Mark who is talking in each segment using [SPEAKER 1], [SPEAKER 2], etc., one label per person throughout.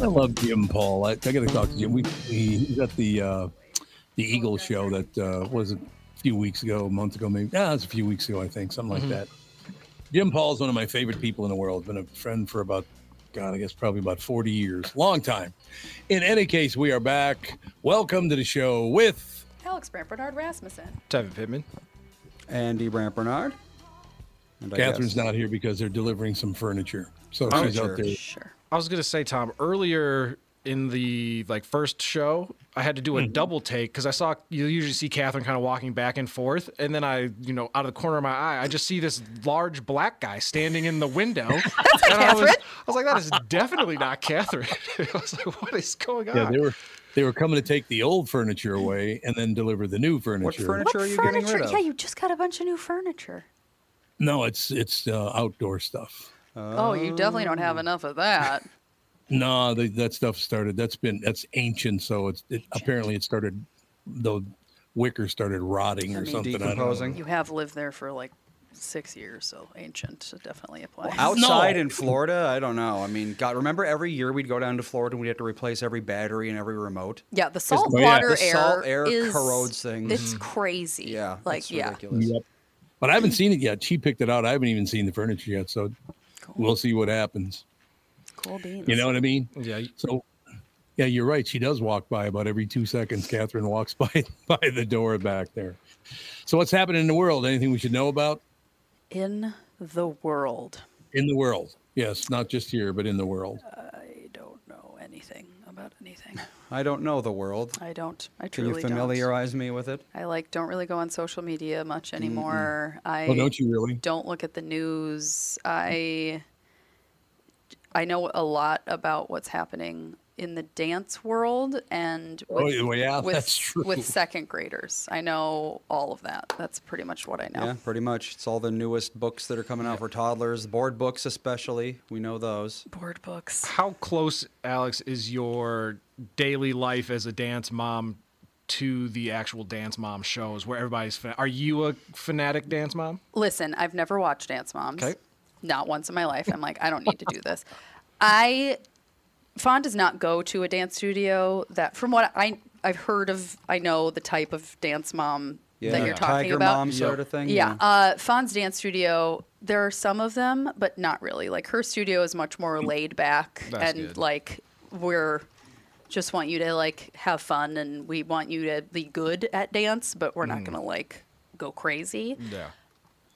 [SPEAKER 1] I love Jim Paul. I, I got to talk to Jim. We, we he's at the uh, the Eagle show that uh, was a few weeks ago, a month ago, maybe. Ah, it was a few weeks ago, I think, something
[SPEAKER 2] Mm-hmm.
[SPEAKER 1] like that. Jim Paul is one of my favorite people in the world. Been a friend for about, God, I guess probably about forty years, long time. In any case, we are back. Welcome to the show with
[SPEAKER 3] Alex Brant Bernard Rasmussen.
[SPEAKER 4] Tevin Pittman.
[SPEAKER 2] Andy Brant Bernard. And I
[SPEAKER 1] Catherine's
[SPEAKER 2] guess-
[SPEAKER 1] not here because they're delivering some furniture, so
[SPEAKER 4] Oh,
[SPEAKER 1] she's out
[SPEAKER 4] sure.
[SPEAKER 1] there.
[SPEAKER 3] Sure.
[SPEAKER 4] I was gonna say, Tom, earlier in the like first show, I had to do a double take because I saw you usually see Catherine kind of walking back and forth, and then I, you know, out of the corner of my eye, I just see this large black guy standing in the window. That's and I was, I was like, that is definitely not Catherine. I was like, what is going on?
[SPEAKER 1] Yeah, they were they were coming to take the old furniture away and then deliver the new furniture.
[SPEAKER 2] What furniture are you getting
[SPEAKER 3] Furniture.
[SPEAKER 2] rid of?
[SPEAKER 3] Yeah, you just got a bunch of new furniture.
[SPEAKER 1] No, it's it's uh, outdoor stuff.
[SPEAKER 3] Oh, you definitely don't have enough of that.
[SPEAKER 1] No, the, that stuff started. That's been that's ancient. So it's it, apparently it started. The wicker started rotting or something. I don't know.
[SPEAKER 2] Decomposing.
[SPEAKER 3] you have lived there for like six years, so ancient definitely applies.
[SPEAKER 2] Outside in Florida, I don't know. I mean, God, remember every year we'd go down to Florida and we'd have to replace every battery and every remote?
[SPEAKER 3] yeah, the salt
[SPEAKER 1] yeah.
[SPEAKER 3] water
[SPEAKER 2] The
[SPEAKER 3] air,
[SPEAKER 2] salt air
[SPEAKER 3] is,
[SPEAKER 2] corrodes things. Mm-hmm.
[SPEAKER 3] It's crazy.
[SPEAKER 2] Yeah.
[SPEAKER 3] like
[SPEAKER 2] it's
[SPEAKER 3] yeah.
[SPEAKER 2] Ridiculous.
[SPEAKER 1] But I haven't seen it yet. She picked it out. I haven't even seen the furniture yet. So we'll see what happens.
[SPEAKER 3] Cool beans.
[SPEAKER 1] You know what I mean?
[SPEAKER 4] Yeah, you-
[SPEAKER 1] So yeah, you're right. She does walk by about every two seconds. Catherine walks by by the door back there. So what's happening in the world? Anything we should know about
[SPEAKER 3] in the world,
[SPEAKER 1] in the world? Yes, not just here, but in the world.
[SPEAKER 3] I don't know anything about anything.
[SPEAKER 2] I don't know the world.
[SPEAKER 3] I don't. I
[SPEAKER 2] Can
[SPEAKER 3] truly
[SPEAKER 2] you familiarize me with it?
[SPEAKER 3] don't. I like don't really go on social media much anymore. I
[SPEAKER 1] Well, Oh, don't you really?
[SPEAKER 3] don't look at the news. I I know a lot about what's happening in the dance world and
[SPEAKER 1] Oh,
[SPEAKER 3] with,
[SPEAKER 1] yeah,
[SPEAKER 3] with,
[SPEAKER 1] that's true.
[SPEAKER 3] with second graders. I know all of that. That's pretty much what I know.
[SPEAKER 2] Yeah, pretty much. It's all the newest books that are coming out for toddlers, board books especially. We know those.
[SPEAKER 3] Board books.
[SPEAKER 4] How close, Alex, is your daily life as a dance mom to the actual dance mom shows where everybody's? Fan- Are you a fanatic dance mom?
[SPEAKER 3] Listen, I've never watched Dance Moms.
[SPEAKER 4] Okay.
[SPEAKER 3] Not once in my life. I'm like, I don't need to do this. I Fawn does not go to a dance studio that from what I I've heard of I know the type of dance mom
[SPEAKER 2] Yeah,
[SPEAKER 3] that you're talking
[SPEAKER 2] Tiger
[SPEAKER 3] about.
[SPEAKER 2] Mom sort of thing.
[SPEAKER 4] Mm-hmm.
[SPEAKER 3] Yeah, uh, Fawn's dance studio. There are some of them, but not really. Like her studio is much more laid back,
[SPEAKER 4] Mm. That's
[SPEAKER 3] and
[SPEAKER 4] good.
[SPEAKER 3] like we're just want you to like have fun, and we want you to be good at dance, but we're
[SPEAKER 4] Mm.
[SPEAKER 3] not gonna like go crazy,
[SPEAKER 4] Yeah.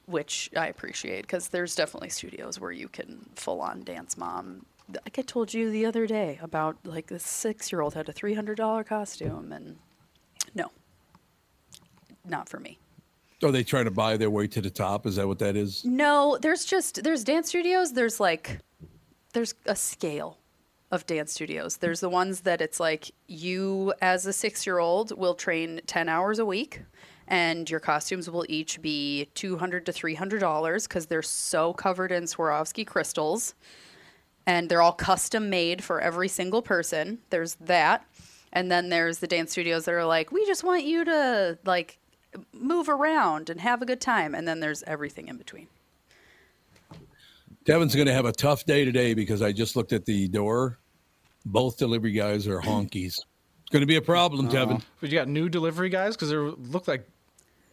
[SPEAKER 3] which I appreciate because there's definitely studios where you can full on dance mom. Like I told you the other day about like this six year old had a three hundred dollar costume, and no, not for me.
[SPEAKER 1] Are they trying to buy their way to the top? Is that what that is?
[SPEAKER 3] No, there's just there's dance studios. There's like there's a scale of dance studios. There's the ones that it's like you as a 6-year-old will train 10 hours a week and your costumes will each be 200 to $300 cuz they're so covered in Swarovski crystals and they're all custom made for every single person. There's that. And then there's the dance studios that are like, we just want you to like move around and have a good time. And then there's everything in between.
[SPEAKER 1] Devin's going to have a tough day today because I just looked at the door. Both delivery guys are honkies. It's going to be a problem, Devin.
[SPEAKER 4] But you got new delivery guys because they look like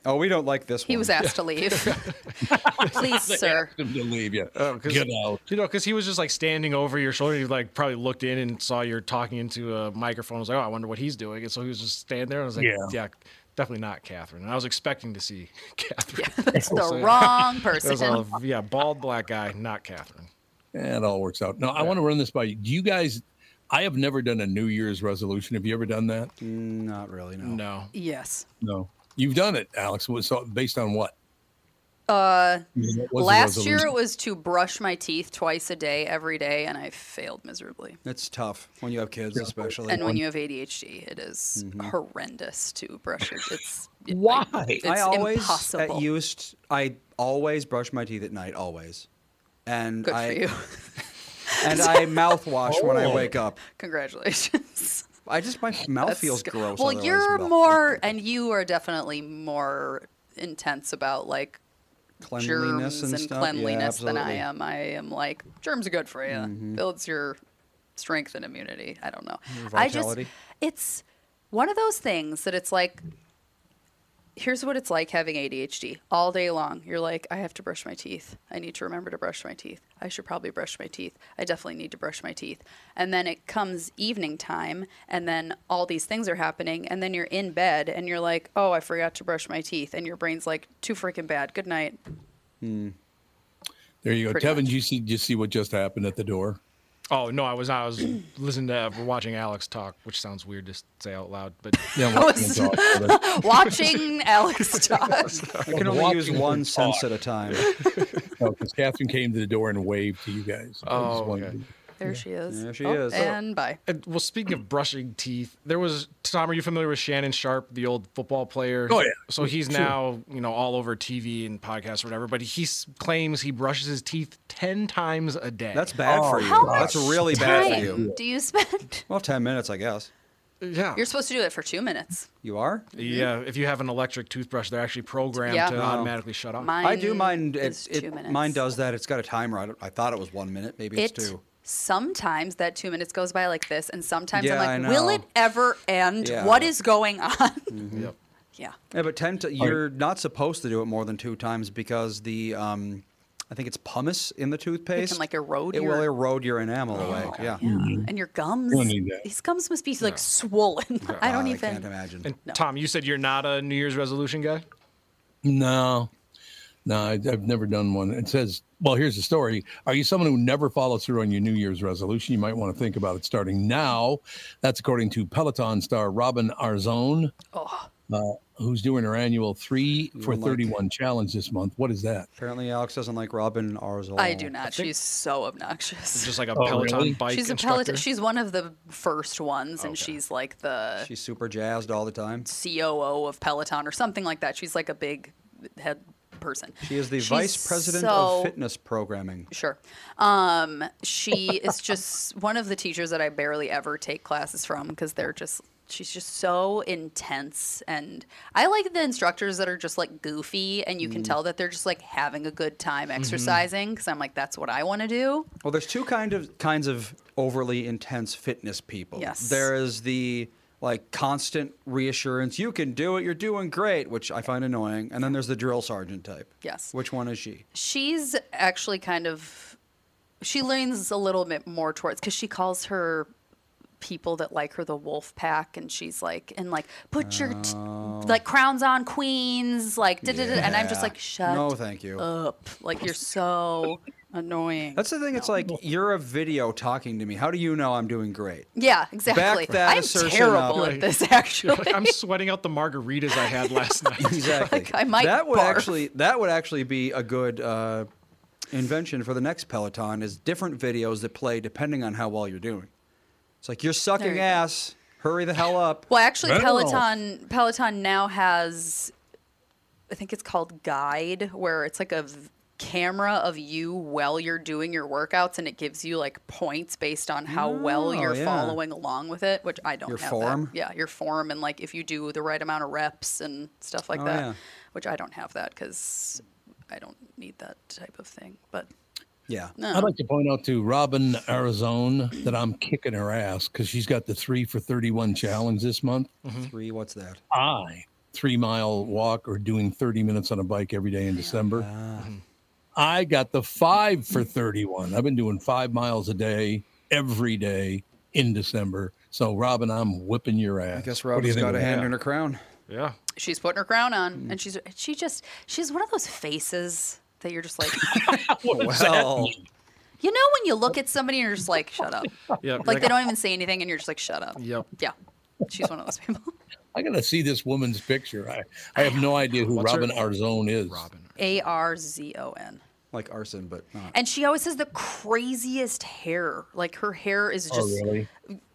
[SPEAKER 2] Oh, we don't like this one.
[SPEAKER 3] He was asked to leave. Please, sir.
[SPEAKER 1] Him to leave you.
[SPEAKER 4] because
[SPEAKER 1] Get out.
[SPEAKER 4] oh, You know, because he was just like standing over your shoulder. He like probably looked in and saw you're talking into a microphone. I was like, oh, I wonder what he's doing. And so he was just standing there. And I was like,
[SPEAKER 1] Yeah.
[SPEAKER 4] yeah, definitely not Catherine. And I was expecting to see Catherine.
[SPEAKER 3] That's the
[SPEAKER 4] yeah.
[SPEAKER 3] wrong
[SPEAKER 4] It was
[SPEAKER 3] person.
[SPEAKER 4] all, yeah, bald black guy, not Catherine.
[SPEAKER 1] Eh, it all works out. No, I want to run this by you. Do you guys? I have never done a New Year's resolution. Have you ever done that?
[SPEAKER 2] Not really.
[SPEAKER 1] Mm.
[SPEAKER 2] No.
[SPEAKER 4] No.
[SPEAKER 3] Yes.
[SPEAKER 1] No. You've done it, Alex. What- So based on what?
[SPEAKER 3] Uh,
[SPEAKER 1] I mean, what was the
[SPEAKER 3] last year
[SPEAKER 1] resolution?
[SPEAKER 3] it was to brush my teeth twice a day, every day, and I failed miserably.
[SPEAKER 2] It's tough when you have kids, especially.
[SPEAKER 3] And when you have ADHD, it is horrendous to brush it. It's it-
[SPEAKER 1] Why?
[SPEAKER 3] like, It's
[SPEAKER 2] I always
[SPEAKER 3] impossible.
[SPEAKER 2] At used I always brush my teeth at night, always. And
[SPEAKER 3] Good for
[SPEAKER 2] I
[SPEAKER 3] you.
[SPEAKER 2] and I mouthwash when I wake up.
[SPEAKER 3] Congratulations.
[SPEAKER 2] I just my mouth
[SPEAKER 3] That's
[SPEAKER 2] feels
[SPEAKER 3] sc-
[SPEAKER 2] gross.
[SPEAKER 3] Well,
[SPEAKER 2] otherwise,
[SPEAKER 3] you're
[SPEAKER 2] but-
[SPEAKER 3] more, and you are definitely more intense about like
[SPEAKER 2] cleanliness
[SPEAKER 3] germs
[SPEAKER 2] and,
[SPEAKER 3] and,
[SPEAKER 2] stuff.
[SPEAKER 3] cleanliness
[SPEAKER 2] yeah,
[SPEAKER 3] than I
[SPEAKER 2] absolutely.
[SPEAKER 3] am.
[SPEAKER 2] Mm-hmm.
[SPEAKER 3] I am like germs are good for you. Builds your strength and immunity. I don't know. I just
[SPEAKER 2] vitality.
[SPEAKER 3] it's one of those things that it's like here's what it's like having ADHD all day long. You're like, I have to brush my teeth. I need to remember to brush my teeth. I should probably brush my teeth. I definitely need to brush my teeth. And then it comes evening time, and then all these things are happening, and then you're in bed, and you're like, oh, I forgot to brush my teeth. And your brain's like, too freaking bad. Good night.
[SPEAKER 1] There you go,
[SPEAKER 3] pretty
[SPEAKER 1] Tevin.
[SPEAKER 3] much.
[SPEAKER 1] Did you see? Did you see what just happened at the door?
[SPEAKER 4] Oh no, I was not. I was listening to uh, watching Alex talk, which sounds weird to s- say out loud, but
[SPEAKER 1] Yeah, well,
[SPEAKER 3] was-
[SPEAKER 1] we'll talk about it.
[SPEAKER 3] Watching Alex talk.
[SPEAKER 2] I can only
[SPEAKER 1] Walking
[SPEAKER 2] use
[SPEAKER 1] is
[SPEAKER 2] one
[SPEAKER 1] hard.
[SPEAKER 2] sense at a time.
[SPEAKER 1] No, 'cause Catherine came to the door and waved to you guys. I just
[SPEAKER 4] Oh,
[SPEAKER 1] wanted
[SPEAKER 4] okay.
[SPEAKER 1] to-
[SPEAKER 3] There she is.
[SPEAKER 2] There she
[SPEAKER 3] Oh,
[SPEAKER 2] is.
[SPEAKER 3] And bye.
[SPEAKER 4] And, well, speaking of brushing teeth, there was Tom. Are you familiar with Shannon Sharp, the old football player?
[SPEAKER 1] Oh, yeah.
[SPEAKER 4] So he's now you know all over TV and podcasts or whatever. But he s- claims he brushes his teeth ten times a day.
[SPEAKER 2] That's bad for you.
[SPEAKER 3] Oh, How
[SPEAKER 2] That's
[SPEAKER 3] much
[SPEAKER 2] really bad for
[SPEAKER 3] time
[SPEAKER 2] you.
[SPEAKER 3] Do you spend?
[SPEAKER 2] Well, ten minutes, I guess.
[SPEAKER 4] yeah.
[SPEAKER 3] You're supposed to do it for two minutes.
[SPEAKER 2] You are.
[SPEAKER 4] yeah, if you have an electric toothbrush, they're actually programmed
[SPEAKER 3] Yeah.
[SPEAKER 4] to
[SPEAKER 3] No.
[SPEAKER 4] automatically shut off.
[SPEAKER 3] Mine
[SPEAKER 2] I do mine.
[SPEAKER 3] is
[SPEAKER 2] It, it-
[SPEAKER 3] two minutes.
[SPEAKER 2] mine does that. It's got a timer. I, don't- I thought it was one minute. Maybe
[SPEAKER 3] It
[SPEAKER 2] it's two.
[SPEAKER 3] sometimes that two minutes goes by like this, and sometimes
[SPEAKER 2] Yeah,
[SPEAKER 3] I'm
[SPEAKER 2] I
[SPEAKER 3] like, will
[SPEAKER 2] know.
[SPEAKER 3] it ever end?
[SPEAKER 2] Yeah.
[SPEAKER 3] What is going on?
[SPEAKER 4] Yep.
[SPEAKER 3] Yeah.
[SPEAKER 2] Yeah, but ten. To, you're not supposed to do it more than two times because the, um, I think it's pumice in the toothpaste.
[SPEAKER 3] like, erode
[SPEAKER 2] It will
[SPEAKER 3] your- Oh,
[SPEAKER 2] erode your enamel away. Yeah.
[SPEAKER 3] Yeah. And your gums.
[SPEAKER 1] don't need that.
[SPEAKER 3] These gums must be like swollen. I don't
[SPEAKER 2] Uh,
[SPEAKER 3] even.
[SPEAKER 2] I can't imagine.
[SPEAKER 4] And Tom, you said you're not a New Year's resolution guy.
[SPEAKER 1] No, no, I, I've never done one. It says, well, here's the story. Are you someone who never follows through on your New Year's resolution? You might want to think about it starting now. That's according to Peloton star Robin Arzone, uh, who's doing her annual three for 31 challenge this month. What is that?
[SPEAKER 2] Apparently, Alex doesn't like Robin Arzol.
[SPEAKER 3] I do not. She's so obnoxious.
[SPEAKER 4] It's just like a
[SPEAKER 1] Oh,
[SPEAKER 4] Peloton
[SPEAKER 1] really?
[SPEAKER 4] bike.
[SPEAKER 3] She's a
[SPEAKER 4] instructor.
[SPEAKER 3] Peloton. She's one of the first ones, and
[SPEAKER 4] Okay.
[SPEAKER 3] she's like the
[SPEAKER 2] She's super jazzed all the time.
[SPEAKER 3] COO of Peloton or something like that. She's like a big head person.
[SPEAKER 2] She is the
[SPEAKER 3] She's
[SPEAKER 2] vice president
[SPEAKER 3] so-
[SPEAKER 2] of fitness programming.
[SPEAKER 3] Sure. Um, she is just one of the teachers that I barely ever take classes from because they're just she's just so intense and I like the instructors that are just like goofy and you
[SPEAKER 2] Mm.
[SPEAKER 3] can tell that they're just like having a good time
[SPEAKER 2] Mm-hmm.
[SPEAKER 3] exercising because I'm like that's what I want to do.
[SPEAKER 2] Well, there's two kind of kinds of overly intense fitness people.
[SPEAKER 3] Yes.
[SPEAKER 2] There is the like constant reassurance, you can do it, you're doing great, which I find annoying. And then there's the drill sergeant type.
[SPEAKER 3] Yes.
[SPEAKER 2] Which one is she?
[SPEAKER 3] She's actually kind of she leans a little bit more towards because she calls her people that like her the wolf pack and she's like and like put your t- like crowns on queens like da da da and i'm just
[SPEAKER 2] Oh. Yeah.
[SPEAKER 3] like shut
[SPEAKER 2] No, thank you.
[SPEAKER 3] up like you're so annoying
[SPEAKER 2] That's the thing. It's like you're a video talking to me. How do you know I'm doing great?
[SPEAKER 3] yeah exactly
[SPEAKER 2] that
[SPEAKER 3] i'm
[SPEAKER 2] assertion
[SPEAKER 3] terrible
[SPEAKER 2] up.
[SPEAKER 3] at this actually
[SPEAKER 4] Like, I'm sweating out the margaritas I had last night.
[SPEAKER 2] Exactly.
[SPEAKER 3] Like, I might
[SPEAKER 2] That would
[SPEAKER 3] barf.
[SPEAKER 2] actually that would actually be a good uh, invention for the next Peloton is different videos that play depending on how well you're doing. It's like you're
[SPEAKER 3] There
[SPEAKER 2] sucking
[SPEAKER 3] you go.
[SPEAKER 2] ass. Hurry the hell up.
[SPEAKER 3] Well, actually,
[SPEAKER 1] Well.
[SPEAKER 3] Peloton Peloton now has, I think it's called Guide, where it's like a v- camera of you while you're doing your workouts, and it gives you like points based on how well
[SPEAKER 2] Oh,
[SPEAKER 3] you're
[SPEAKER 2] yeah.
[SPEAKER 3] following along with it. Which I don't
[SPEAKER 2] Your
[SPEAKER 3] have
[SPEAKER 2] form?
[SPEAKER 3] That. Yeah, your form and like if you do the right amount of reps and stuff like
[SPEAKER 2] Oh,
[SPEAKER 3] that.
[SPEAKER 2] yeah.
[SPEAKER 3] Which I don't have that because I don't need that type of thing. But
[SPEAKER 2] Yeah.
[SPEAKER 1] I'd like to point out to Robin Arzone that I'm kicking her ass because she's got the three for 31 challenge this month.
[SPEAKER 2] Three. What's that?
[SPEAKER 1] I three mile walk or doing 30 minutes on a bike every day in December. I got the five for 31. I've been doing five miles a day every day in December. So, Robin, I'm whipping your ass.
[SPEAKER 2] I guess
[SPEAKER 1] What do
[SPEAKER 2] Robin's
[SPEAKER 1] you think
[SPEAKER 2] got a
[SPEAKER 1] of
[SPEAKER 2] hand
[SPEAKER 1] that?
[SPEAKER 2] in her crown.
[SPEAKER 4] Yeah.
[SPEAKER 3] She's putting her crown
[SPEAKER 2] Mm.
[SPEAKER 3] on, and she's she just she's one of those faces that you're just like,
[SPEAKER 2] Well,
[SPEAKER 3] you know, when you look at somebody and you're just like, shut up.
[SPEAKER 4] Yeah.
[SPEAKER 3] Like they don't even say anything, and you're just like, shut up.
[SPEAKER 4] Yep.
[SPEAKER 3] Yeah, she's one of those people.
[SPEAKER 1] I got to see this woman's picture. I, I have no idea who
[SPEAKER 4] What's her-
[SPEAKER 1] Robin Arzone is.
[SPEAKER 4] Robin.
[SPEAKER 3] A R Z O N.
[SPEAKER 2] like arson, but not.
[SPEAKER 3] And she always has the craziest hair. Like her hair is just
[SPEAKER 1] Oh, really?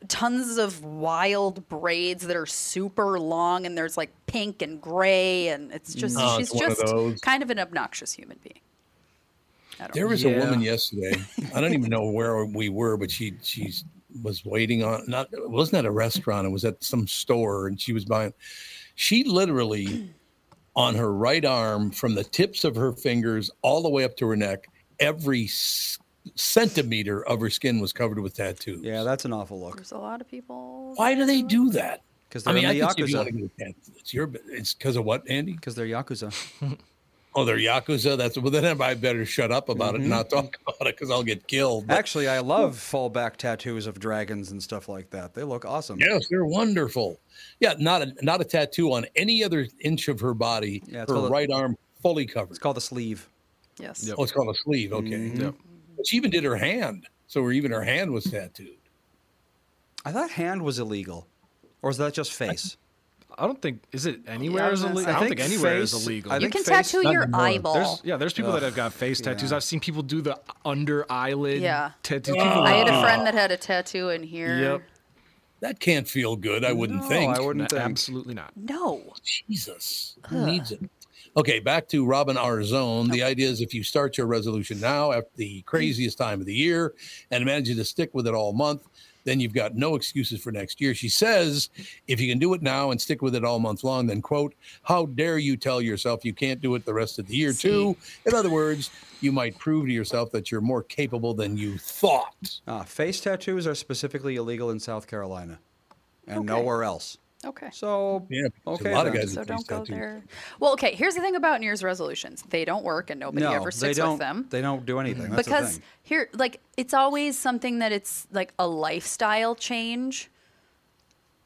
[SPEAKER 3] tons of wild braids that are super long, and there's like pink and gray, and it's just
[SPEAKER 1] Oh,
[SPEAKER 3] she's
[SPEAKER 1] it's one of
[SPEAKER 3] just
[SPEAKER 1] those.
[SPEAKER 3] kind of an obnoxious human being.
[SPEAKER 1] There was
[SPEAKER 4] Yeah.
[SPEAKER 1] a woman yesterday. I don't even know where we were, but she she was waiting on not it wasn't at a restaurant. It was at some store, and she was buying. She literally on her right arm, from the tips of her fingers all the way up to her neck, every s- centimeter of her skin was covered with tattoos.
[SPEAKER 2] Yeah, that's an awful look.
[SPEAKER 3] There's a lot of people.
[SPEAKER 1] Why do they do that?
[SPEAKER 2] 'Cause
[SPEAKER 1] I
[SPEAKER 2] they're in
[SPEAKER 1] mean, I
[SPEAKER 2] the
[SPEAKER 1] guess if you
[SPEAKER 2] Yakuza.
[SPEAKER 1] want to get a tattoo, it's your. It's because of what, Andy?
[SPEAKER 2] Because they're yakuza.
[SPEAKER 1] Oh, they're yakuza. That's well. Then I better shut up about it and not talk about it because I'll get killed. But,
[SPEAKER 2] Mm-hmm. Actually, I love fallback tattoos of dragons and stuff like that. They look awesome.
[SPEAKER 1] yes, they're wonderful. Yeah, not a not a tattoo on any other inch of her body.
[SPEAKER 2] Yeah, it's
[SPEAKER 1] her
[SPEAKER 2] called a-
[SPEAKER 1] right arm fully covered.
[SPEAKER 2] It's called Mm-hmm. a sleeve.
[SPEAKER 3] Yes.
[SPEAKER 4] Yep.
[SPEAKER 1] oh, it's called a sleeve. Okay.
[SPEAKER 4] Yep.
[SPEAKER 1] But she even did her hand. So her, even her hand was tattooed.
[SPEAKER 2] I thought hand was illegal, or is that just face?
[SPEAKER 4] I don't think is it anywhere
[SPEAKER 3] I was
[SPEAKER 4] is
[SPEAKER 3] gonna say-
[SPEAKER 4] illegal. I,
[SPEAKER 3] I
[SPEAKER 4] don't think
[SPEAKER 2] think
[SPEAKER 4] anywhere
[SPEAKER 2] face-
[SPEAKER 4] is illegal.
[SPEAKER 2] I
[SPEAKER 3] You
[SPEAKER 2] think
[SPEAKER 3] can
[SPEAKER 2] face-
[SPEAKER 3] tattoo
[SPEAKER 1] not
[SPEAKER 3] your
[SPEAKER 1] anymore.
[SPEAKER 3] eyeball.
[SPEAKER 4] There's yeah, there's people that have got face tattoos. I've seen people do the under eyelid
[SPEAKER 3] Yeah.
[SPEAKER 4] tattoos. People
[SPEAKER 3] I
[SPEAKER 4] that
[SPEAKER 3] had
[SPEAKER 4] do
[SPEAKER 3] a friend that had a tattoo in here.
[SPEAKER 4] Yep.
[SPEAKER 1] That can't feel good. I wouldn't
[SPEAKER 2] no,
[SPEAKER 1] think.
[SPEAKER 2] Oh, I wouldn't
[SPEAKER 4] that.
[SPEAKER 2] think.
[SPEAKER 4] Absolutely not.
[SPEAKER 3] No.
[SPEAKER 1] Jesus, who needs it? Okay, back to Robin R. Zone. The idea is if you start your resolution now at the craziest time of the year and manage to stick with it all month, then you've got no excuses for next year. She says, if you can do it now and stick with it all month long, then, quote, how dare you tell yourself you can't do it the rest of the year, too? In other words, you might prove to yourself that you're more capable than you thought.
[SPEAKER 2] Ah, face tattoos are specifically illegal in South Carolina, and nowhere else.
[SPEAKER 3] Okay.
[SPEAKER 2] So
[SPEAKER 1] Yeah, because
[SPEAKER 2] okay,
[SPEAKER 1] a lot of
[SPEAKER 2] then.
[SPEAKER 1] guys
[SPEAKER 3] So
[SPEAKER 1] with
[SPEAKER 3] don't
[SPEAKER 1] face
[SPEAKER 3] go
[SPEAKER 1] tattoos.
[SPEAKER 3] there. Well, okay. Here's the thing about New Year's resolutions: they don't work, and nobody
[SPEAKER 2] no,
[SPEAKER 3] ever
[SPEAKER 2] they
[SPEAKER 3] sticks
[SPEAKER 2] don't.
[SPEAKER 3] with them.
[SPEAKER 2] They don't do anything. That's the
[SPEAKER 3] because
[SPEAKER 2] thing.
[SPEAKER 3] here, like, it's always something that it's like a lifestyle change.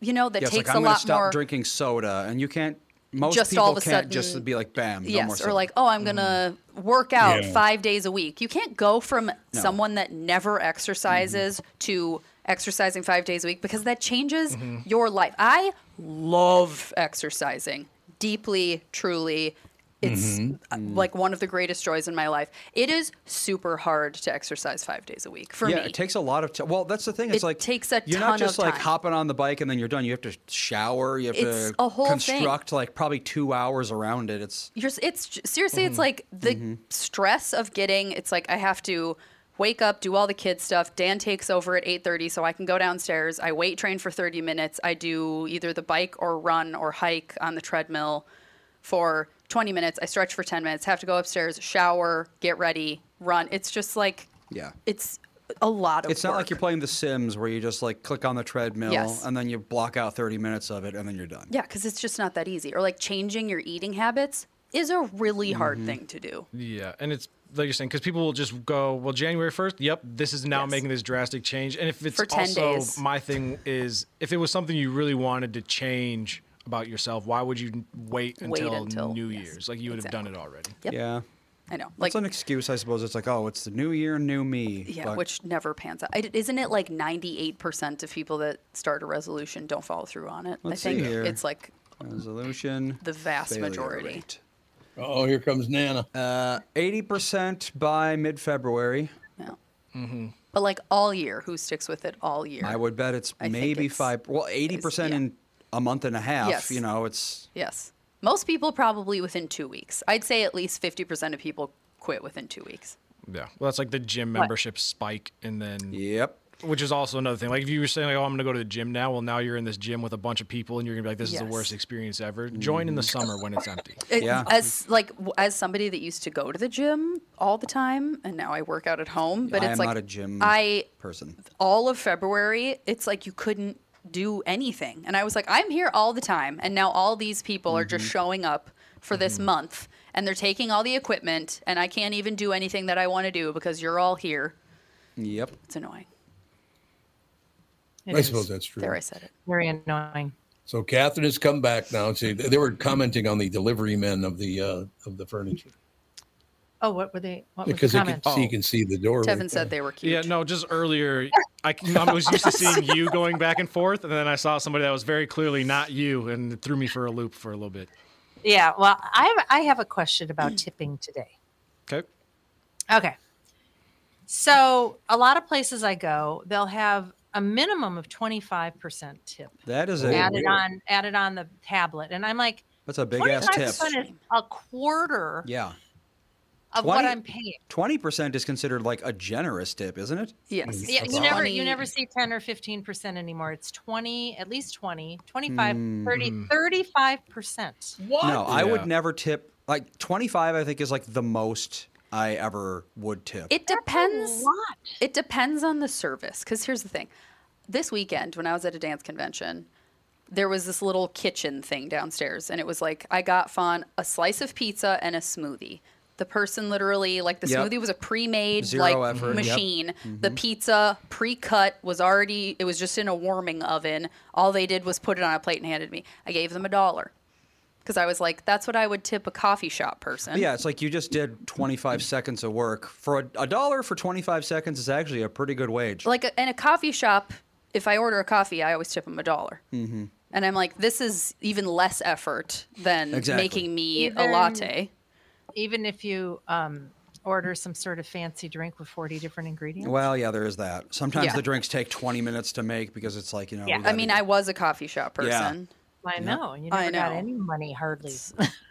[SPEAKER 3] You know, that
[SPEAKER 2] yeah, it's
[SPEAKER 3] takes
[SPEAKER 2] like, I'm
[SPEAKER 3] a
[SPEAKER 2] gonna
[SPEAKER 3] lot
[SPEAKER 2] stop
[SPEAKER 3] more.
[SPEAKER 2] drinking soda, and you can't. Most
[SPEAKER 3] Just
[SPEAKER 2] people
[SPEAKER 3] all of a
[SPEAKER 2] can't
[SPEAKER 3] sudden-
[SPEAKER 2] just be like, bam, um, no more Mm.
[SPEAKER 3] yes,
[SPEAKER 2] soda.
[SPEAKER 3] or like, oh, I'm gonna work out
[SPEAKER 1] Yeah.
[SPEAKER 3] five days a week. You can't go from someone that never exercises
[SPEAKER 2] Mm-hmm.
[SPEAKER 3] to exercising five days a week because that changes
[SPEAKER 2] Mm-hmm.
[SPEAKER 3] your life. I love exercising deeply, truly. It's
[SPEAKER 2] Mm-hmm.
[SPEAKER 3] uh,
[SPEAKER 2] Mm.
[SPEAKER 3] like one of the greatest joys in my life. It is super hard to exercise five days a week for
[SPEAKER 2] yeah,
[SPEAKER 3] me.
[SPEAKER 2] it takes a lot of time. Well, that's the thing. It's
[SPEAKER 3] It
[SPEAKER 2] like
[SPEAKER 3] takes a
[SPEAKER 2] You're
[SPEAKER 3] ton
[SPEAKER 2] not
[SPEAKER 3] of
[SPEAKER 2] just like
[SPEAKER 3] time.
[SPEAKER 2] hopping on the bike and then you're done. You have to shower. You have
[SPEAKER 3] It's
[SPEAKER 2] to
[SPEAKER 3] a whole thing.
[SPEAKER 2] construct like probably two hours around it. It's
[SPEAKER 3] You're, s- it's j- seriously,
[SPEAKER 2] Mm-hmm.
[SPEAKER 3] it's like the stress of getting. It's like I have to wake up, do all the kids stuff. Dan takes over at 8:30, so I can go downstairs. I weight train for 30 minutes. I do either the bike or run or hike on the treadmill for 20 minutes. I stretch for 10 minutes. Have to go upstairs, shower, get ready, run. It's just like
[SPEAKER 2] yeah.
[SPEAKER 3] it's a lot of.
[SPEAKER 2] It's not like you're
[SPEAKER 3] work.
[SPEAKER 2] playing The Sims where you just like click on the treadmill
[SPEAKER 3] Yes.
[SPEAKER 2] and then you block out 30 minutes of it and then you're done.
[SPEAKER 3] Yeah, because it's just not that easy. Or like changing your eating habits is a really
[SPEAKER 2] Mm-hmm.
[SPEAKER 3] hard thing to do.
[SPEAKER 4] Yeah, and it's like you're saying because people will just go, well, January first. Yep, this is now
[SPEAKER 3] Yes.
[SPEAKER 4] making this drastic change. And if it's
[SPEAKER 3] For 10
[SPEAKER 4] also
[SPEAKER 3] days.
[SPEAKER 4] my thing is, if it was something you really wanted to change about yourself, why would you wait
[SPEAKER 3] Wait
[SPEAKER 4] until,
[SPEAKER 3] until-
[SPEAKER 4] New
[SPEAKER 3] yes,
[SPEAKER 4] Year's? Like you would have done it already.
[SPEAKER 3] Yep.
[SPEAKER 2] Yeah.
[SPEAKER 3] I know.
[SPEAKER 2] it's an excuse, I suppose. It's like, oh, it's the new year, new me.
[SPEAKER 3] Yeah,
[SPEAKER 2] but
[SPEAKER 3] which never pans out. I, isn't it like 98% of people that start a resolution don't follow through on it?
[SPEAKER 2] Let's
[SPEAKER 3] I think
[SPEAKER 2] see here.
[SPEAKER 3] it's like
[SPEAKER 2] resolution.
[SPEAKER 3] the vast
[SPEAKER 2] failure
[SPEAKER 3] majority.
[SPEAKER 2] rate.
[SPEAKER 1] Oh, here comes Nana.
[SPEAKER 2] Uh, 80% by mid February.
[SPEAKER 3] yeah. But like all year, who sticks with it all year?
[SPEAKER 2] Mm-hmm. I would bet it's
[SPEAKER 3] I think
[SPEAKER 2] maybe
[SPEAKER 3] it's-
[SPEAKER 2] five. Well, 80%
[SPEAKER 3] yeah.
[SPEAKER 2] in a month and a half.
[SPEAKER 3] Yes.
[SPEAKER 2] You know, it's.
[SPEAKER 3] Yes. Most people probably within 2 weeks. I'd say at least 50% of people quit within 2 weeks.
[SPEAKER 4] Yeah, well, that's like the gym membership spike, and then
[SPEAKER 2] Yep.
[SPEAKER 4] which is also another thing. Like if you were saying, like, oh, I'm gonna go to the gym now. Well, now you're in this gym with a bunch of people, and you're gonna be like, this is
[SPEAKER 3] Yes.
[SPEAKER 4] the worst experience ever. Join in the summer when it's empty.
[SPEAKER 3] It-
[SPEAKER 2] Yeah.
[SPEAKER 3] As like w- as somebody that used to go to the gym all the time and now I work out at home, but
[SPEAKER 2] I
[SPEAKER 3] it's
[SPEAKER 2] am
[SPEAKER 3] like
[SPEAKER 2] not a gym
[SPEAKER 3] I
[SPEAKER 2] person.
[SPEAKER 3] all of February, it's like you couldn't do anything. And I was like, I'm here all the time. And now all these people are
[SPEAKER 5] Mm-hmm.
[SPEAKER 3] just showing up for this month and they're taking all the equipment and I can't even do anything that I want to do because you're all here.
[SPEAKER 2] Yep.
[SPEAKER 3] It's annoying.
[SPEAKER 1] I suppose that's true.
[SPEAKER 3] There I said it.
[SPEAKER 5] very annoying.
[SPEAKER 1] So Catherine has come back now. And she, they were commenting on the delivery men of the uh, of the furniture
[SPEAKER 5] Oh, what were they? What was
[SPEAKER 1] because
[SPEAKER 5] the
[SPEAKER 1] it can,
[SPEAKER 5] comment?
[SPEAKER 1] so you can see the door.
[SPEAKER 3] Tevin
[SPEAKER 1] right
[SPEAKER 3] said
[SPEAKER 1] there.
[SPEAKER 3] they were cute.
[SPEAKER 4] Yeah, no, just earlier, I, I was used to seeing you going back and forth, and then I saw somebody that was very clearly not you, and it threw me for a loop for a little bit.
[SPEAKER 5] Yeah. Well, I have I have a question about tipping today.
[SPEAKER 4] Okay.
[SPEAKER 5] Mm. Okay. So a lot of places I go, they'll have a minimum of twenty five percent tip
[SPEAKER 2] That is
[SPEAKER 1] Oh,
[SPEAKER 2] a
[SPEAKER 5] added on added on the tablet, and I'm like,
[SPEAKER 2] that's a big
[SPEAKER 5] twenty
[SPEAKER 2] ass
[SPEAKER 5] five
[SPEAKER 2] tip.
[SPEAKER 5] percent is a quarter
[SPEAKER 2] Yeah.
[SPEAKER 5] of what
[SPEAKER 2] 20
[SPEAKER 5] I'm paying.
[SPEAKER 2] Twenty percent is considered like a generous tip, isn't it?
[SPEAKER 3] Yes.
[SPEAKER 5] Yeah,
[SPEAKER 3] It's
[SPEAKER 5] you never
[SPEAKER 3] 20
[SPEAKER 5] you never see 10 or 15% anymore. It's 20, at least 20, 25,
[SPEAKER 1] Hmm.
[SPEAKER 5] 30, 35%.
[SPEAKER 6] What?
[SPEAKER 2] No, I
[SPEAKER 4] Yeah.
[SPEAKER 2] would never tip like twenty five I think is like the most I ever would tip.
[SPEAKER 3] It
[SPEAKER 5] That's
[SPEAKER 3] depends.
[SPEAKER 5] a lot.
[SPEAKER 3] It depends on the service. Because here's the thing this weekend, when I was at a dance convention, there was this little kitchen thing downstairs, and it was like I got Fawn a slice of pizza and a smoothie. The person literally, like, the
[SPEAKER 2] Yep.
[SPEAKER 3] smoothie was a pre made
[SPEAKER 2] Zero
[SPEAKER 3] like
[SPEAKER 2] effort, yep. Mm-hmm.
[SPEAKER 3] machine. The pizza pre cut was already, it was just in a warming oven. All they did was put it on a plate and handed me. I gave them a dollar because I was like, that's what I would tip a coffee shop person.
[SPEAKER 2] yeah, it's like you just did 25 seconds of work for a, a dollar for 25 seconds is actually a pretty good wage.
[SPEAKER 3] like a, in a coffee shop if i order a coffee i always tip them a dollar mm-hmm. and i'm like this is even less effort than
[SPEAKER 2] Exactly.
[SPEAKER 3] making me a
[SPEAKER 5] Even-
[SPEAKER 3] latte
[SPEAKER 5] Even if you um, order some sort of fancy drink with 40 different ingredients.
[SPEAKER 2] Well, yeah, there is that. Sometimes
[SPEAKER 3] Yeah.
[SPEAKER 2] the drinks take 20 minutes to make because it's like, you know, we
[SPEAKER 5] Yeah. I
[SPEAKER 3] i
[SPEAKER 2] gotta
[SPEAKER 3] mean
[SPEAKER 2] do-
[SPEAKER 3] i was a coffee shop person
[SPEAKER 5] I know. You never
[SPEAKER 3] I
[SPEAKER 5] got
[SPEAKER 3] know.
[SPEAKER 5] any money hardly.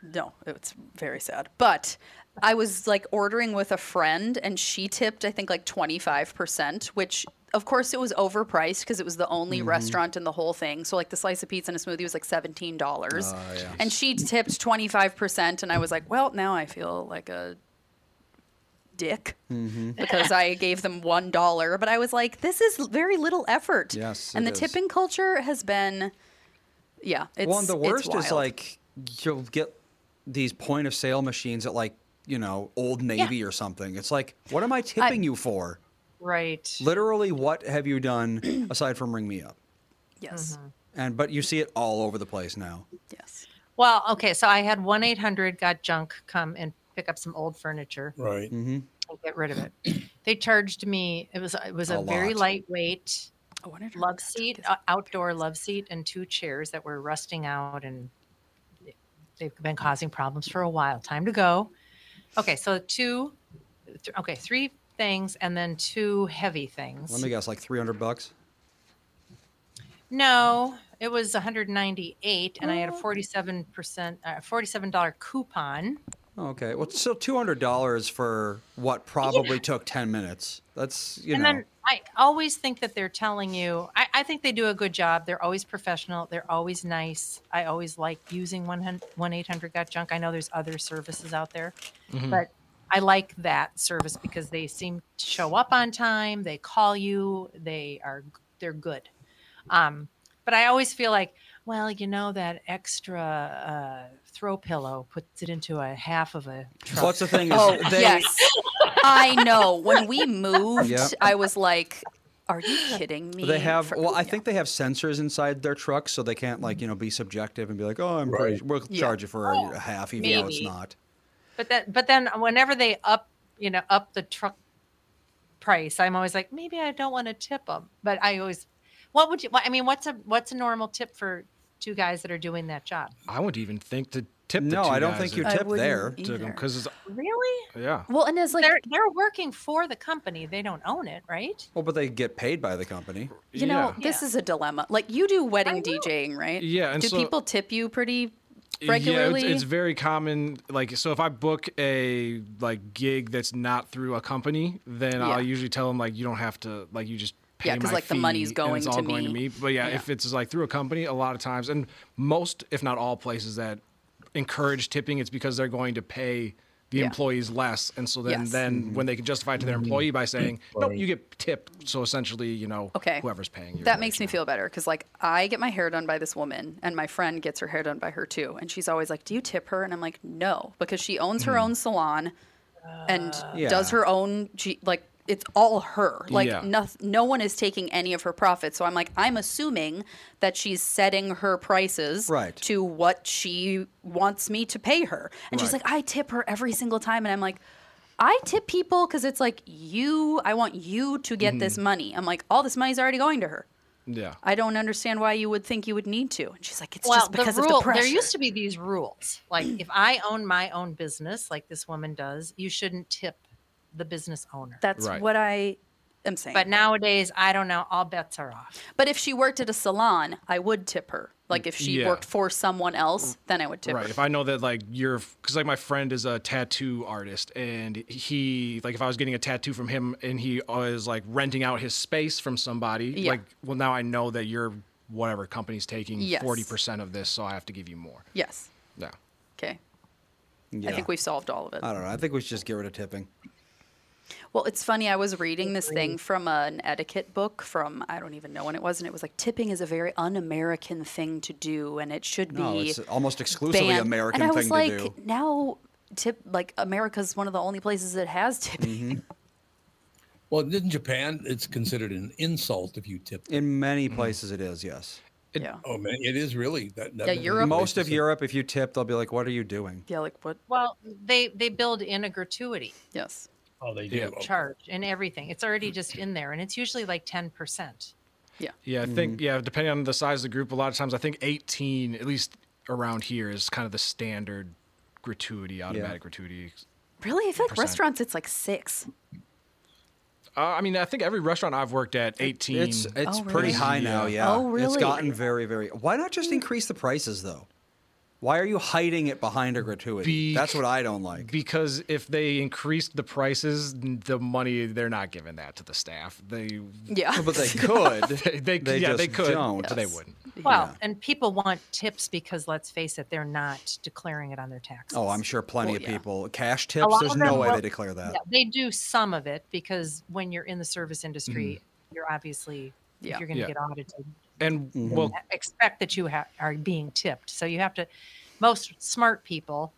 [SPEAKER 3] no it's very sad but i was like ordering with a friend and she tipped i think like 25% which of course it was overpriced because it was the only
[SPEAKER 2] Mm-hmm.
[SPEAKER 3] restaurant in the whole thing so like the slice of pizza and a smoothie was like $17
[SPEAKER 2] Ah,
[SPEAKER 3] and she tipped 25% and i was like well now i feel like a dick
[SPEAKER 2] Mm-hmm.
[SPEAKER 3] because I gave them one dollar. But I was like, this is very little effort.
[SPEAKER 2] Yes,
[SPEAKER 3] And
[SPEAKER 2] it
[SPEAKER 3] the
[SPEAKER 2] is.
[SPEAKER 3] tipping culture has been, yeah, it's
[SPEAKER 2] well, and the
[SPEAKER 3] it's
[SPEAKER 2] worst
[SPEAKER 3] wild.
[SPEAKER 2] is like you'll get these point of sale machines at like, you know, Old Navy or something. It's like, what am I tipping you for?
[SPEAKER 5] right.
[SPEAKER 2] Literally, what have you done aside from ring me up?
[SPEAKER 3] yes,
[SPEAKER 2] And but you see it all over the place now.
[SPEAKER 3] yes.
[SPEAKER 5] Well, okay. So I had 1 800 got junk come and pick up some old furniture.
[SPEAKER 1] Right.
[SPEAKER 2] Mm-hmm.
[SPEAKER 5] and get rid of it. They charged me. It was it was a,
[SPEAKER 2] A
[SPEAKER 5] very
[SPEAKER 2] lot.
[SPEAKER 5] lightweight
[SPEAKER 3] I wanted
[SPEAKER 5] love seat, uh, outdoor love seat, and two chairs that were rusting out, and they've been causing problems for a while. Time to go. Okay, so two, th- okay, three things, and then two heavy things.
[SPEAKER 2] Let me guess, like 300 bucks.
[SPEAKER 5] No, it was 198, and I
[SPEAKER 2] Oh.
[SPEAKER 5] had a 47 percent, uh, 47 dollar coupon.
[SPEAKER 2] Oh, okay, well, so 200 dollars for what probably took 10 minutes. That's you
[SPEAKER 5] and
[SPEAKER 2] know.
[SPEAKER 5] then I always think that they're telling you. I, I think they do a good job. They're always professional. They're always nice. I always like using one eight hundred got junk. I know there's other services out there,
[SPEAKER 2] Mm-hmm.
[SPEAKER 5] but I like that service because they seem to show up on time. They call you. They are they're good. Um, but I always feel like, well, you know that extra uh, throw pillow puts it into a half of a
[SPEAKER 2] Well, that's the thing is
[SPEAKER 3] Oh
[SPEAKER 2] they,
[SPEAKER 3] yes, I know. When we moved,
[SPEAKER 2] Yeah.
[SPEAKER 3] I was like, "Are you kidding me?"
[SPEAKER 2] they have.
[SPEAKER 3] For-
[SPEAKER 2] well, I
[SPEAKER 3] yeah.
[SPEAKER 2] think they have sensors inside their trucks, so they can't like you know be subjective and be like, oh, I'm pretty-
[SPEAKER 1] Right.
[SPEAKER 2] we'll
[SPEAKER 3] Yeah. Oh,
[SPEAKER 2] charge you for a, a half, even though it's
[SPEAKER 5] maybe.
[SPEAKER 2] not.
[SPEAKER 5] But that, but then whenever they up, you know, up the truck price, I'm always like, maybe I don't want to tip them. But I always, what would you? What, I mean, what's a what's a normal tip for two guys that are doing that job?
[SPEAKER 4] I wouldn't even think to tip the
[SPEAKER 2] No,
[SPEAKER 4] two
[SPEAKER 2] I don't
[SPEAKER 4] guys
[SPEAKER 2] think
[SPEAKER 4] that
[SPEAKER 2] you
[SPEAKER 3] I
[SPEAKER 2] tip
[SPEAKER 3] wouldn't e
[SPEAKER 2] there.
[SPEAKER 4] took 'em,
[SPEAKER 3] either.
[SPEAKER 4] 'cause it's,
[SPEAKER 5] Really?
[SPEAKER 4] yeah.
[SPEAKER 3] Well, and it's like
[SPEAKER 5] they're they're working for the company. They don't own it, right?
[SPEAKER 2] Well, but they get paid by the company.
[SPEAKER 3] you know,
[SPEAKER 4] yeah.
[SPEAKER 3] this is a dilemma. Like you do wedding DJing, right?
[SPEAKER 4] Yeah, and
[SPEAKER 3] do
[SPEAKER 4] so-
[SPEAKER 3] people tip you pretty
[SPEAKER 4] Yeah, it's-
[SPEAKER 3] regularly?
[SPEAKER 4] it's, very common. Like, so if I book a like gig that's not through a company, then
[SPEAKER 3] Yeah.
[SPEAKER 4] I'll usually tell them like you don't have to like you just pay
[SPEAKER 3] Yeah, 'cause,
[SPEAKER 4] my
[SPEAKER 3] like, the money's
[SPEAKER 4] fee and it's
[SPEAKER 3] going
[SPEAKER 4] all
[SPEAKER 3] to
[SPEAKER 4] going to
[SPEAKER 3] me.
[SPEAKER 4] me. But yeah, if it's like through a company, a lot of times, and most if not all places that encourage tipping, it's because they're going to pay the
[SPEAKER 3] Yeah.
[SPEAKER 4] employees less, and so then
[SPEAKER 3] Yes.
[SPEAKER 4] then when they can justify it to their employee by saying, "Nope, you get tipped," so essentially, you know,
[SPEAKER 3] Okay.
[SPEAKER 4] whoever's paying you.
[SPEAKER 3] That makes me feel better because, like, I get my hair done by this woman, and my friend gets her hair done by her too. And she's always like, "Do you tip her?" And I'm like, "No," because she owns
[SPEAKER 4] Hmm.
[SPEAKER 3] her own salon, and
[SPEAKER 2] Yeah.
[SPEAKER 3] does her own. She, like, it's all her. Like,
[SPEAKER 4] Yeah.
[SPEAKER 3] no, no one is taking any of her profits. So I'm like, I'm assuming that she's setting her prices
[SPEAKER 2] Right.
[SPEAKER 3] to what she wants me to pay her. And she's
[SPEAKER 2] Right.
[SPEAKER 3] like, I tip her every single time, and I'm like. I tip people because it's like you. I want you to get this
[SPEAKER 4] Mm-hmm.
[SPEAKER 3] money. I'm like, all this money's already going to her.
[SPEAKER 4] Yeah.
[SPEAKER 3] I don't understand why you would think you would need to. And she's like, it's
[SPEAKER 5] well,
[SPEAKER 3] just because
[SPEAKER 5] the
[SPEAKER 3] of
[SPEAKER 5] rule,
[SPEAKER 3] the pressure.
[SPEAKER 5] there used to be these rules. Like if I own my own business, like this woman does, you shouldn't tip the business owner.
[SPEAKER 3] That's
[SPEAKER 4] Right.
[SPEAKER 3] what I am saying.
[SPEAKER 5] but nowadays, I don't know. All bets are off.
[SPEAKER 3] but if she worked at a salon, I would tip her. Like if she
[SPEAKER 4] Yeah.
[SPEAKER 3] worked for someone else, then I would tip
[SPEAKER 4] Right.
[SPEAKER 3] her.
[SPEAKER 4] If I know that, like, you're, because, like, my friend is a tattoo artist, and he, like, if I was getting a tattoo from him and he was, like, renting out his space from somebody,
[SPEAKER 3] Yeah.
[SPEAKER 4] like, well, now I know that your whatever company's taking
[SPEAKER 3] Yes.
[SPEAKER 4] 40% of this, so I have to give you more.
[SPEAKER 3] Yes.
[SPEAKER 4] Yeah.
[SPEAKER 3] Okay. I
[SPEAKER 2] Yeah.
[SPEAKER 3] think we've solved all of it.
[SPEAKER 2] I don't know. I think we should just get rid of tipping.
[SPEAKER 3] Well, it's funny. I was reading this thing from an etiquette book from I don't even know when it was, and it was like tipping is a very un-American thing to do, and it should
[SPEAKER 2] No,
[SPEAKER 3] be
[SPEAKER 2] it's almost exclusively
[SPEAKER 3] banned.
[SPEAKER 2] American
[SPEAKER 3] And I
[SPEAKER 2] thing
[SPEAKER 3] was like,
[SPEAKER 2] to do.
[SPEAKER 3] now tip like America's one of the only places that has tipping.
[SPEAKER 2] Mm-hmm.
[SPEAKER 1] Well, in Japan, it's considered an insult if you tip.
[SPEAKER 2] In many
[SPEAKER 4] Mm-hmm.
[SPEAKER 2] places, it is yes.
[SPEAKER 3] yeah.
[SPEAKER 1] Oh man, it is really that. that
[SPEAKER 3] Yeah,
[SPEAKER 1] many
[SPEAKER 3] Europe-
[SPEAKER 2] Most of
[SPEAKER 1] places.
[SPEAKER 2] Europe, if you tip, they'll be like, "What are you doing?"
[SPEAKER 3] Yeah, like what?
[SPEAKER 5] Well, they they build in a gratuity
[SPEAKER 3] Yes.
[SPEAKER 1] Oh, they do.
[SPEAKER 4] Yeah.
[SPEAKER 1] Oh,
[SPEAKER 5] charge and everything. It's already just in there, and it's usually like ten percent.
[SPEAKER 4] Yeah. I think,
[SPEAKER 3] Mm-hmm.
[SPEAKER 4] yeah, depending on the size of the group, a lot of times I think 18, at least around here, is kind of the standard gratuity, automatic gratuity.
[SPEAKER 3] Really? I feel like
[SPEAKER 4] Percent.
[SPEAKER 3] restaurants, it's like six.
[SPEAKER 4] Uh, I mean, I think every restaurant I've worked at, 18.
[SPEAKER 2] It's it's
[SPEAKER 3] Oh,
[SPEAKER 2] pretty
[SPEAKER 3] really?
[SPEAKER 2] high now.
[SPEAKER 4] Yeah.
[SPEAKER 2] Yeah.
[SPEAKER 3] Oh,
[SPEAKER 2] It's
[SPEAKER 3] really? Hmm.
[SPEAKER 2] gotten very very. Why not just increase the prices though? Why are you hiding it behind a gratuity?
[SPEAKER 4] Be-
[SPEAKER 2] That's what I don't like.
[SPEAKER 4] because if they increased the prices, n- the money they're not giving that to the staff. They
[SPEAKER 3] Yeah.
[SPEAKER 2] but they could.
[SPEAKER 4] they, they,
[SPEAKER 2] They
[SPEAKER 4] yeah
[SPEAKER 2] just
[SPEAKER 4] they could,
[SPEAKER 2] don't.
[SPEAKER 4] but they
[SPEAKER 3] Yes.
[SPEAKER 4] wouldn't.
[SPEAKER 5] Well, and people want tips because let's face it, they're not declaring it on their taxes.
[SPEAKER 2] Oh, I'm sure plenty
[SPEAKER 3] Well,
[SPEAKER 2] of
[SPEAKER 3] yeah.
[SPEAKER 2] people. Cash
[SPEAKER 5] A
[SPEAKER 2] tips.
[SPEAKER 5] lot
[SPEAKER 2] There's
[SPEAKER 5] of
[SPEAKER 2] no
[SPEAKER 5] them
[SPEAKER 2] way
[SPEAKER 5] will-
[SPEAKER 2] they declare that.
[SPEAKER 5] Yeah, they do some of it because when you're in the service industry, you're obviously
[SPEAKER 3] Yeah.
[SPEAKER 5] if you're going to
[SPEAKER 4] Mm-hmm. Yeah.
[SPEAKER 5] get audited,
[SPEAKER 4] And
[SPEAKER 2] Mm-hmm.
[SPEAKER 4] well,
[SPEAKER 5] expect that you ha- are being tipped. So you have to. Most smart people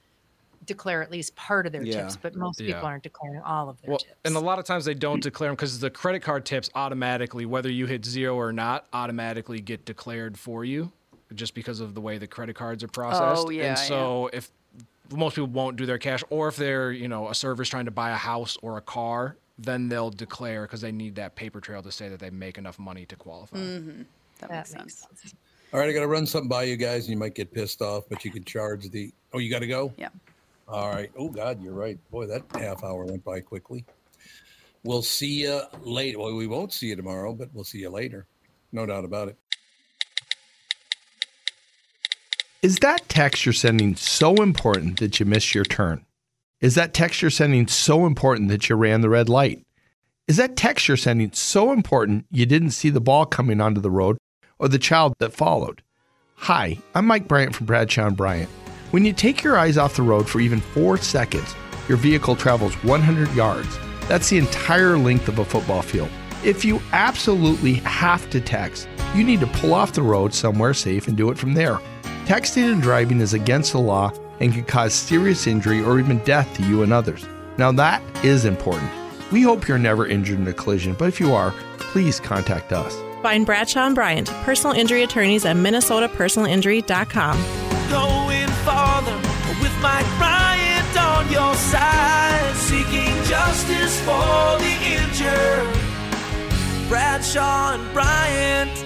[SPEAKER 5] declare at least part of their
[SPEAKER 2] Yeah.
[SPEAKER 5] tips, but most
[SPEAKER 4] Yeah.
[SPEAKER 5] people aren't declaring all of their
[SPEAKER 4] well,
[SPEAKER 5] tips.
[SPEAKER 4] and a lot of times they don't declare them because the credit card tips automatically, whether you hit zero or not, automatically get declared for you, just because of the way the credit cards are processed.
[SPEAKER 3] Oh, yeah,
[SPEAKER 4] and so if most people won't do their cash, or if they're you know a server's trying to buy a house or a car, then they'll declare because they need that paper trail to say that they make enough money to qualify.
[SPEAKER 3] that,
[SPEAKER 5] That
[SPEAKER 3] makes sense.
[SPEAKER 1] All right, I got to run something by you guys, and you might get pissed off, but you could charge the. Oh, you got to go.
[SPEAKER 3] Yeah.
[SPEAKER 1] All right. Oh God, you're right. Boy, that half hour went by quickly. We'll see you later. Well, we won't see you tomorrow, but we'll see you later. No doubt about it.
[SPEAKER 7] Is that text you're sending so important that you missed your turn? Is that text you're sending so important that you ran the red light? Is that text you're sending so important you didn't see the ball coming onto the road or the child that followed? Hi, I'm Mike Bryant from Bradshaw and Bryant. When you take your eyes off the road for even four seconds, your vehicle travels 100 yards. That's the entire length of a football field. If you absolutely have to text, you need to pull off the road somewhere safe and do it from there. Texting and driving is against the law and can cause serious injury or even death to you and others. Now, that is important. We hope you're never injured in a collision, but if you are, please contact us.
[SPEAKER 8] Find Bradshaw and Bryant, personal injury attorneys at minnesotapersonalinjury.com.
[SPEAKER 9] Going farther with Mike Bryant on your side, seeking justice for the injured. Bradshaw and Bryant.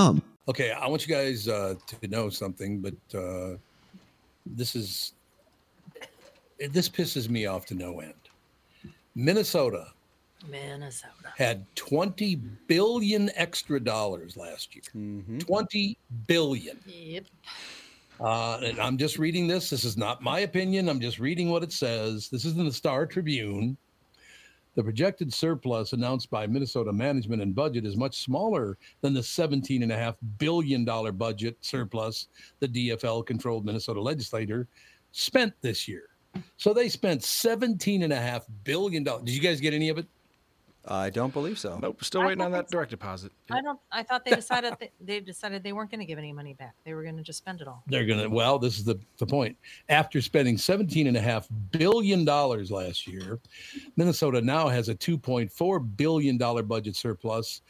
[SPEAKER 1] Okay, I want you guys uh, to know something, but uh, this is it- this pisses me off to no end. Minnesota
[SPEAKER 5] Minnesota.
[SPEAKER 1] had 20 billion extra dollars last year. 20 billion.
[SPEAKER 5] Yep.
[SPEAKER 1] Uh, and I'm just reading this. This is not my opinion. I'm just reading what it says. This is in the Star Tribune. The projected surplus announced by Minnesota Management and Budget is much smaller than the $17.5 billion budget surplus the DFL controlled Minnesota legislator spent this year. So they spent $17.5 billion. Did you guys get any of it?
[SPEAKER 2] I don't believe so.
[SPEAKER 4] Nope. Still
[SPEAKER 5] I
[SPEAKER 4] waiting on
[SPEAKER 5] thought
[SPEAKER 4] that direct deposit.
[SPEAKER 5] I don't. I thought they decided that they decided they weren't going to give any money back. They were going to just spend it all.
[SPEAKER 1] They're going to, well, this is the, the point. After spending $17.5 billion last year, Minnesota now has a $2.4 billion budget surplus.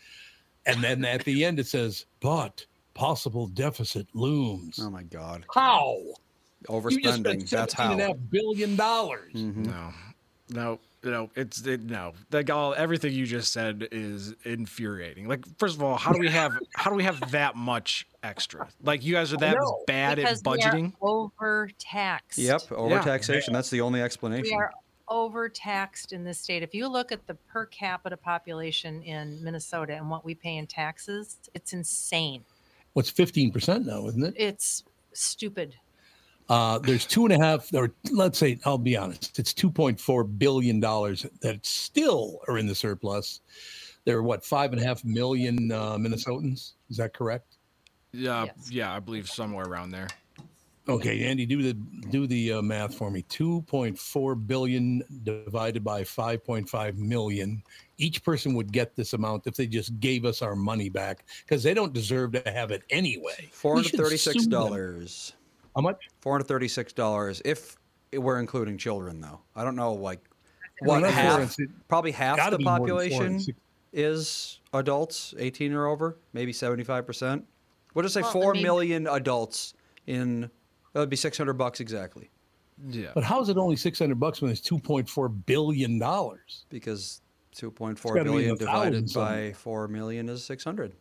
[SPEAKER 1] And then at the end, it says, but possible deficit looms.
[SPEAKER 2] Oh my God.
[SPEAKER 1] How? You just spent
[SPEAKER 2] Overspending. That's how. Hmm. Mm-hmm.
[SPEAKER 1] $17.5 billion dollars.
[SPEAKER 4] No, no, no. It's it, no. Like all everything you just said is infuriating. Like first of all, how do we have how do we have that much extra? Like you guys are that
[SPEAKER 1] know.
[SPEAKER 4] bad
[SPEAKER 5] because
[SPEAKER 4] at budgeting.
[SPEAKER 5] we are overtaxed.
[SPEAKER 2] Yep. Overtaxation. That's the only explanation.
[SPEAKER 5] We are overtaxed in this state. If you look at the per capita population in Minnesota and what we pay in taxes, it's insane.
[SPEAKER 1] What's 15% now, isn't it?
[SPEAKER 5] It's stupid.
[SPEAKER 1] Uh, there's two and a half, or let's say, I'll be honest, it's $2.4 billion that still are in the surplus. There are what, five and a half million uh, Minnesotans? Is that correct?
[SPEAKER 4] Yeah,
[SPEAKER 5] Yes.
[SPEAKER 4] yeah. I believe somewhere around there.
[SPEAKER 1] Okay, Andy, do the do the uh, math for me. Two point four billion divided by five point five million. Each person would get this amount if they just gave us our money back because they don't deserve to have it anyway. We should
[SPEAKER 2] $436.
[SPEAKER 1] sue them. How much?
[SPEAKER 2] $436 if we're including children, though. I don't know, like,
[SPEAKER 1] Well,
[SPEAKER 2] what
[SPEAKER 1] that's
[SPEAKER 2] half,
[SPEAKER 1] forensic-
[SPEAKER 2] probably half the
[SPEAKER 1] gotta be more than
[SPEAKER 2] population
[SPEAKER 1] 406.
[SPEAKER 2] is adults, 18 or over, maybe 75%. We'll just say
[SPEAKER 5] Well, I
[SPEAKER 2] 4
[SPEAKER 5] mean-
[SPEAKER 2] million adults in, that would be 600 bucks exactly,
[SPEAKER 4] Yeah.
[SPEAKER 1] But how is it only six hundred bucks when it's two point four billion dollars?
[SPEAKER 2] because
[SPEAKER 1] It's
[SPEAKER 2] 2.4
[SPEAKER 1] gotta be
[SPEAKER 2] billion
[SPEAKER 1] in the
[SPEAKER 2] divided
[SPEAKER 1] thousands somewhere.
[SPEAKER 2] by 4 million is 600.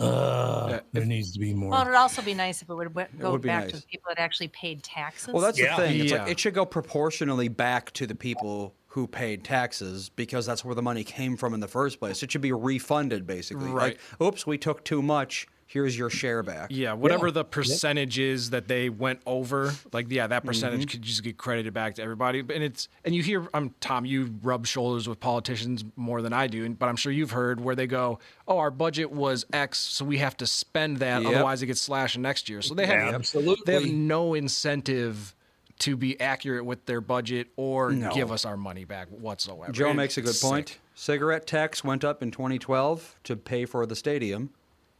[SPEAKER 1] Uh,
[SPEAKER 4] Yeah,
[SPEAKER 1] there needs to be more.
[SPEAKER 5] Well, it'd also be nice if it would w- go
[SPEAKER 2] would be
[SPEAKER 5] back to
[SPEAKER 2] nice.
[SPEAKER 5] the people that actually paid taxes.
[SPEAKER 2] Well, that's
[SPEAKER 1] Yeah.
[SPEAKER 2] the thing. It's like
[SPEAKER 4] Yeah.
[SPEAKER 2] it should go proportionally back to the people who paid taxes because that's where the money came from in the first place. It should be refunded, basically. Like, oops, we took too much. Here's your share back.
[SPEAKER 4] Yeah, whatever the percentage is that they went over, like yeah, that percentage
[SPEAKER 2] Mm-hmm.
[SPEAKER 4] could just get credited back to everybody. But- And it's and you hear, I'm Tom, you rub shoulders with politicians more than I do, and- but I'm sure you've heard where they go, oh, our budget was X, so we have to spend that,
[SPEAKER 2] Yep.
[SPEAKER 4] otherwise it gets slashed next year. So they have
[SPEAKER 1] Absolutely.
[SPEAKER 4] they have no incentive to be accurate with their budget or give us our money back whatsoever.
[SPEAKER 2] Joe
[SPEAKER 4] It-
[SPEAKER 2] makes a good
[SPEAKER 4] it's
[SPEAKER 2] point.
[SPEAKER 4] sick.
[SPEAKER 2] Cigarette tax went up in 2012 to pay for the stadium.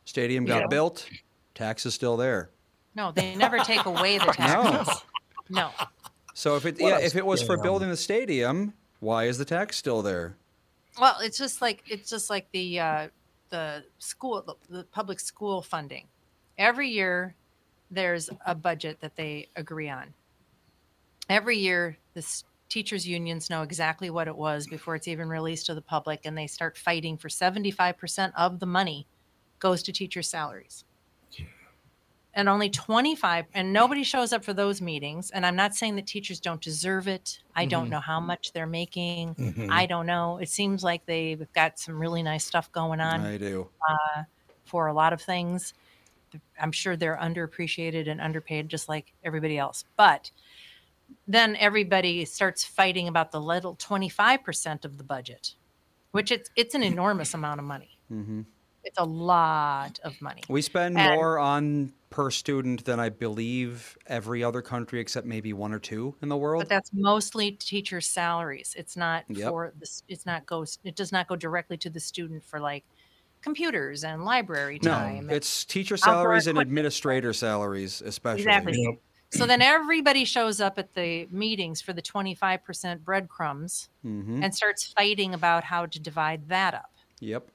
[SPEAKER 2] Stadium got built. Tax is still there.
[SPEAKER 5] no, they never take away the
[SPEAKER 2] No.
[SPEAKER 5] taxes. No.
[SPEAKER 2] So if it yeah, if it was for building the stadium, why is the tax still there?
[SPEAKER 5] Well, it's just like it's just like the uh, the school the, the public school funding. Every year, there's a budget that they agree on. Every year, the s- teachers unions know exactly what it was before it's even released to the public, and they start fighting for seventy five percent of the money goes to teacher salaries. And only 25, and nobody shows up for those meetings. And I'm not saying that teachers don't deserve it. I don't know how much they're making. I don't know. It seems like they've got some really nice stuff going on
[SPEAKER 2] I do.
[SPEAKER 5] for a lot of things. I'm sure they're underappreciated and underpaid just like everybody else. But then everybody starts fighting about the little 25% of the budget, which it's it's an enormous amount of money.
[SPEAKER 2] hmm
[SPEAKER 5] It's a lot of money.
[SPEAKER 2] We spend
[SPEAKER 5] And-
[SPEAKER 2] more on per student than I believe every other country except maybe one or two in the world.
[SPEAKER 5] But that's mostly teachers' salaries. It's not
[SPEAKER 2] Yep.
[SPEAKER 5] for this. It's not goes. It does not go directly to the student for like computers and library time.
[SPEAKER 2] No, it's teacher
[SPEAKER 5] Outdoor
[SPEAKER 2] salaries and
[SPEAKER 5] equipment.
[SPEAKER 2] administrator salaries, especially.
[SPEAKER 5] Exactly. So then everybody shows up at the meetings for the 25% breadcrumbs
[SPEAKER 2] Mhm.
[SPEAKER 5] and starts fighting about how to divide that up.
[SPEAKER 2] Yep.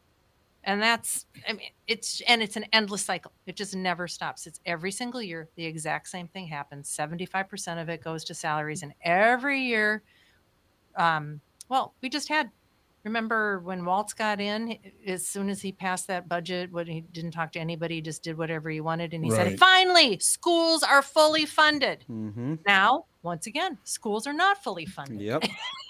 [SPEAKER 5] And that's, I mean, it's, and it's an endless cycle. It just never stops. It's every single year, the exact same thing happens. 75% of it goes to salaries. And every year, um, well, we just had, remember when Waltz got in, as soon as he passed that budget, when he didn't talk to anybody, he just did whatever he wanted. And he
[SPEAKER 2] Right.
[SPEAKER 5] said, finally, schools are fully funded.
[SPEAKER 2] Mm-hmm.
[SPEAKER 5] Now, once again, schools are not fully funded.
[SPEAKER 2] Yep.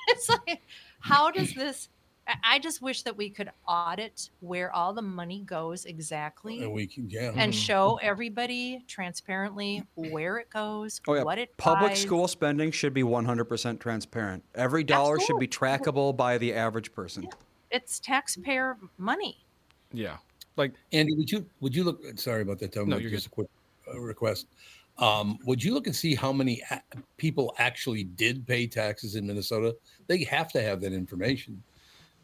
[SPEAKER 5] it's like, how does this? I- I just wish that we could audit where all the money goes exactly
[SPEAKER 1] And we Mm-hmm. can, Hmm. yeah.
[SPEAKER 5] and show everybody transparently where it goes,
[SPEAKER 2] Oh yeah.
[SPEAKER 5] what it
[SPEAKER 2] Public
[SPEAKER 5] buys.
[SPEAKER 2] school spending should be 100% transparent. Every dollar should be trackable by the average person.
[SPEAKER 5] It's taxpayer money.
[SPEAKER 4] Yeah. Like
[SPEAKER 1] Andy, would you would you look? Sorry about that. Tom,
[SPEAKER 4] No,
[SPEAKER 1] but
[SPEAKER 4] you're
[SPEAKER 1] just a quick uh, request. Um, would you look and see how many a- people actually did pay taxes in Minnesota? They have to have that information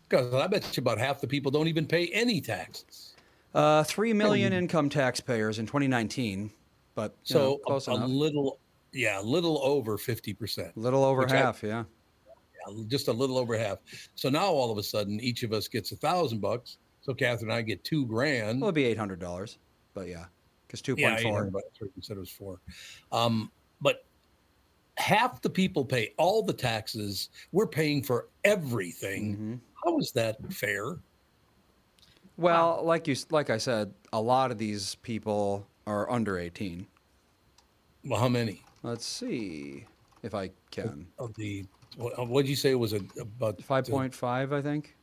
[SPEAKER 1] because I bet you about half the people don't even pay any taxes.
[SPEAKER 2] Uh, 3 million income taxpayers in 2019, but you know,
[SPEAKER 1] So a-
[SPEAKER 2] close
[SPEAKER 1] a,
[SPEAKER 2] enough.
[SPEAKER 1] little, yeah, a little over fifty percent.
[SPEAKER 2] Little over half, yeah.
[SPEAKER 1] yeah, just a little over half. So now all of a sudden, each of us gets a thousand bucks. So Catherine and I get two grand.
[SPEAKER 2] Well, it'd be eight hundred dollars, but yeah, because two point
[SPEAKER 1] Yeah,
[SPEAKER 2] four.
[SPEAKER 1] but you said it was four. Um, but half the people pay all the taxes. We're paying for everything.
[SPEAKER 2] Mm-hmm.
[SPEAKER 1] How is that fair?
[SPEAKER 2] Well, like you, s- like I said, a lot of these people are under eighteen.
[SPEAKER 1] Well, how many?
[SPEAKER 2] Let's see if I can.
[SPEAKER 1] Of the what uh, what'd you say was it about
[SPEAKER 2] Five point five, I think.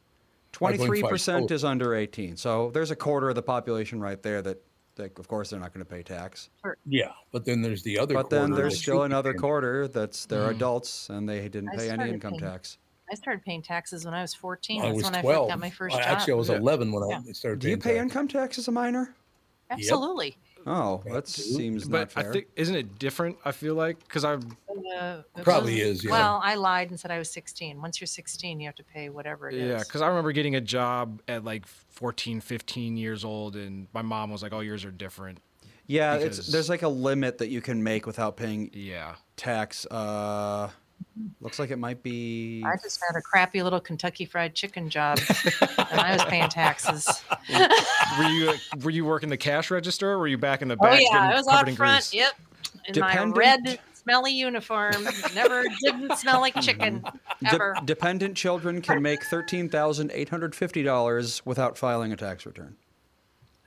[SPEAKER 1] 5.5.
[SPEAKER 2] Twenty-three percent
[SPEAKER 1] Oh.
[SPEAKER 2] is under eighteen, so there's a quarter of the population right there that, that of course, they're not going to pay tax.
[SPEAKER 1] Yeah, but then there's the other.
[SPEAKER 2] But then
[SPEAKER 1] quarter
[SPEAKER 2] there's
[SPEAKER 1] that
[SPEAKER 2] still
[SPEAKER 1] should be
[SPEAKER 2] another
[SPEAKER 1] paying.
[SPEAKER 2] quarter that's they're
[SPEAKER 1] Mhm.
[SPEAKER 2] adults and they didn't
[SPEAKER 5] I
[SPEAKER 2] pay any
[SPEAKER 5] started
[SPEAKER 2] income
[SPEAKER 5] paying-
[SPEAKER 2] tax.
[SPEAKER 5] I started paying taxes when I was 14.
[SPEAKER 1] I
[SPEAKER 5] That's
[SPEAKER 1] was
[SPEAKER 5] when I first
[SPEAKER 1] twelve.
[SPEAKER 5] got my first
[SPEAKER 1] I-
[SPEAKER 5] job.
[SPEAKER 1] Actually, I was
[SPEAKER 2] Yeah.
[SPEAKER 1] eleven when
[SPEAKER 5] Yeah.
[SPEAKER 1] I started.
[SPEAKER 2] Do you
[SPEAKER 1] paying
[SPEAKER 2] pay
[SPEAKER 1] tax.
[SPEAKER 2] income tax as a minor?
[SPEAKER 5] Absolutely.
[SPEAKER 2] Oh, that seems
[SPEAKER 4] but
[SPEAKER 2] not fair.
[SPEAKER 4] I think isn't it different? I feel like because I
[SPEAKER 5] Uh, it
[SPEAKER 4] Probably
[SPEAKER 5] was-
[SPEAKER 4] is, yeah.
[SPEAKER 5] Well, I lied and said I was 16. Once you're 16, you have to pay whatever it is.
[SPEAKER 4] yeah because I remember getting a job at like 14, 15 years old, and my mom was like, "All yours are different."
[SPEAKER 2] Yeah, it's
[SPEAKER 4] Because-
[SPEAKER 2] there's like a limit that you can make without paying
[SPEAKER 4] yeah
[SPEAKER 2] tax. Uh, looks like it might be
[SPEAKER 5] I just had a crappy little Kentucky Fried Chicken job, and I was paying taxes.
[SPEAKER 4] were you were you working the cash register? or Were you back in the
[SPEAKER 5] Oh
[SPEAKER 4] back?
[SPEAKER 5] yeah,
[SPEAKER 4] getting
[SPEAKER 5] I was
[SPEAKER 4] covered
[SPEAKER 5] out
[SPEAKER 4] in
[SPEAKER 5] front.
[SPEAKER 4] grease?
[SPEAKER 5] Yep, in my red smelly uniform. Never didn't smell like chicken
[SPEAKER 2] De-
[SPEAKER 5] ever.
[SPEAKER 2] dependent children can make thirteen thousand eight hundred fifty dollars without filing a tax return.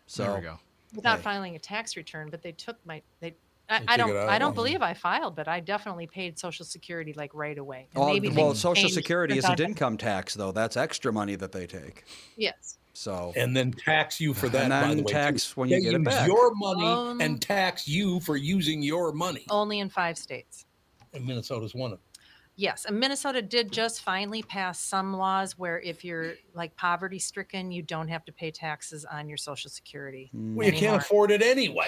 [SPEAKER 2] So
[SPEAKER 4] There we go.
[SPEAKER 5] without
[SPEAKER 2] Hey.
[SPEAKER 5] filing a tax return, but they took my they. I,
[SPEAKER 2] They
[SPEAKER 5] I
[SPEAKER 2] took
[SPEAKER 5] don't.
[SPEAKER 2] it out,
[SPEAKER 5] I don't
[SPEAKER 2] yeah.
[SPEAKER 5] believe I filed, but I definitely paid Social Security like right away. And
[SPEAKER 2] All-
[SPEAKER 5] maybe
[SPEAKER 2] well,
[SPEAKER 5] things
[SPEAKER 2] Social
[SPEAKER 5] changed
[SPEAKER 2] Security
[SPEAKER 5] since
[SPEAKER 2] isn't
[SPEAKER 5] I-
[SPEAKER 2] income tax though. That's extra money that they take.
[SPEAKER 5] Yes.
[SPEAKER 2] So
[SPEAKER 1] and then tax you for that.
[SPEAKER 2] And
[SPEAKER 1] by
[SPEAKER 2] then
[SPEAKER 1] the way,
[SPEAKER 2] tax
[SPEAKER 1] too.
[SPEAKER 2] when you
[SPEAKER 1] They
[SPEAKER 2] get it
[SPEAKER 1] use
[SPEAKER 2] back.
[SPEAKER 1] Your money
[SPEAKER 5] Um, Oh.
[SPEAKER 1] and tax you for using your money.
[SPEAKER 5] Only in five states.
[SPEAKER 1] And Minnesota's one of. them.
[SPEAKER 5] Yes, and Minnesota did just finally pass some laws where if you're like poverty stricken, you don't have to pay taxes on your Social Security.
[SPEAKER 2] Hmm.
[SPEAKER 1] Well,
[SPEAKER 2] Mm.
[SPEAKER 1] you
[SPEAKER 5] anymore.
[SPEAKER 1] can't afford it anyway.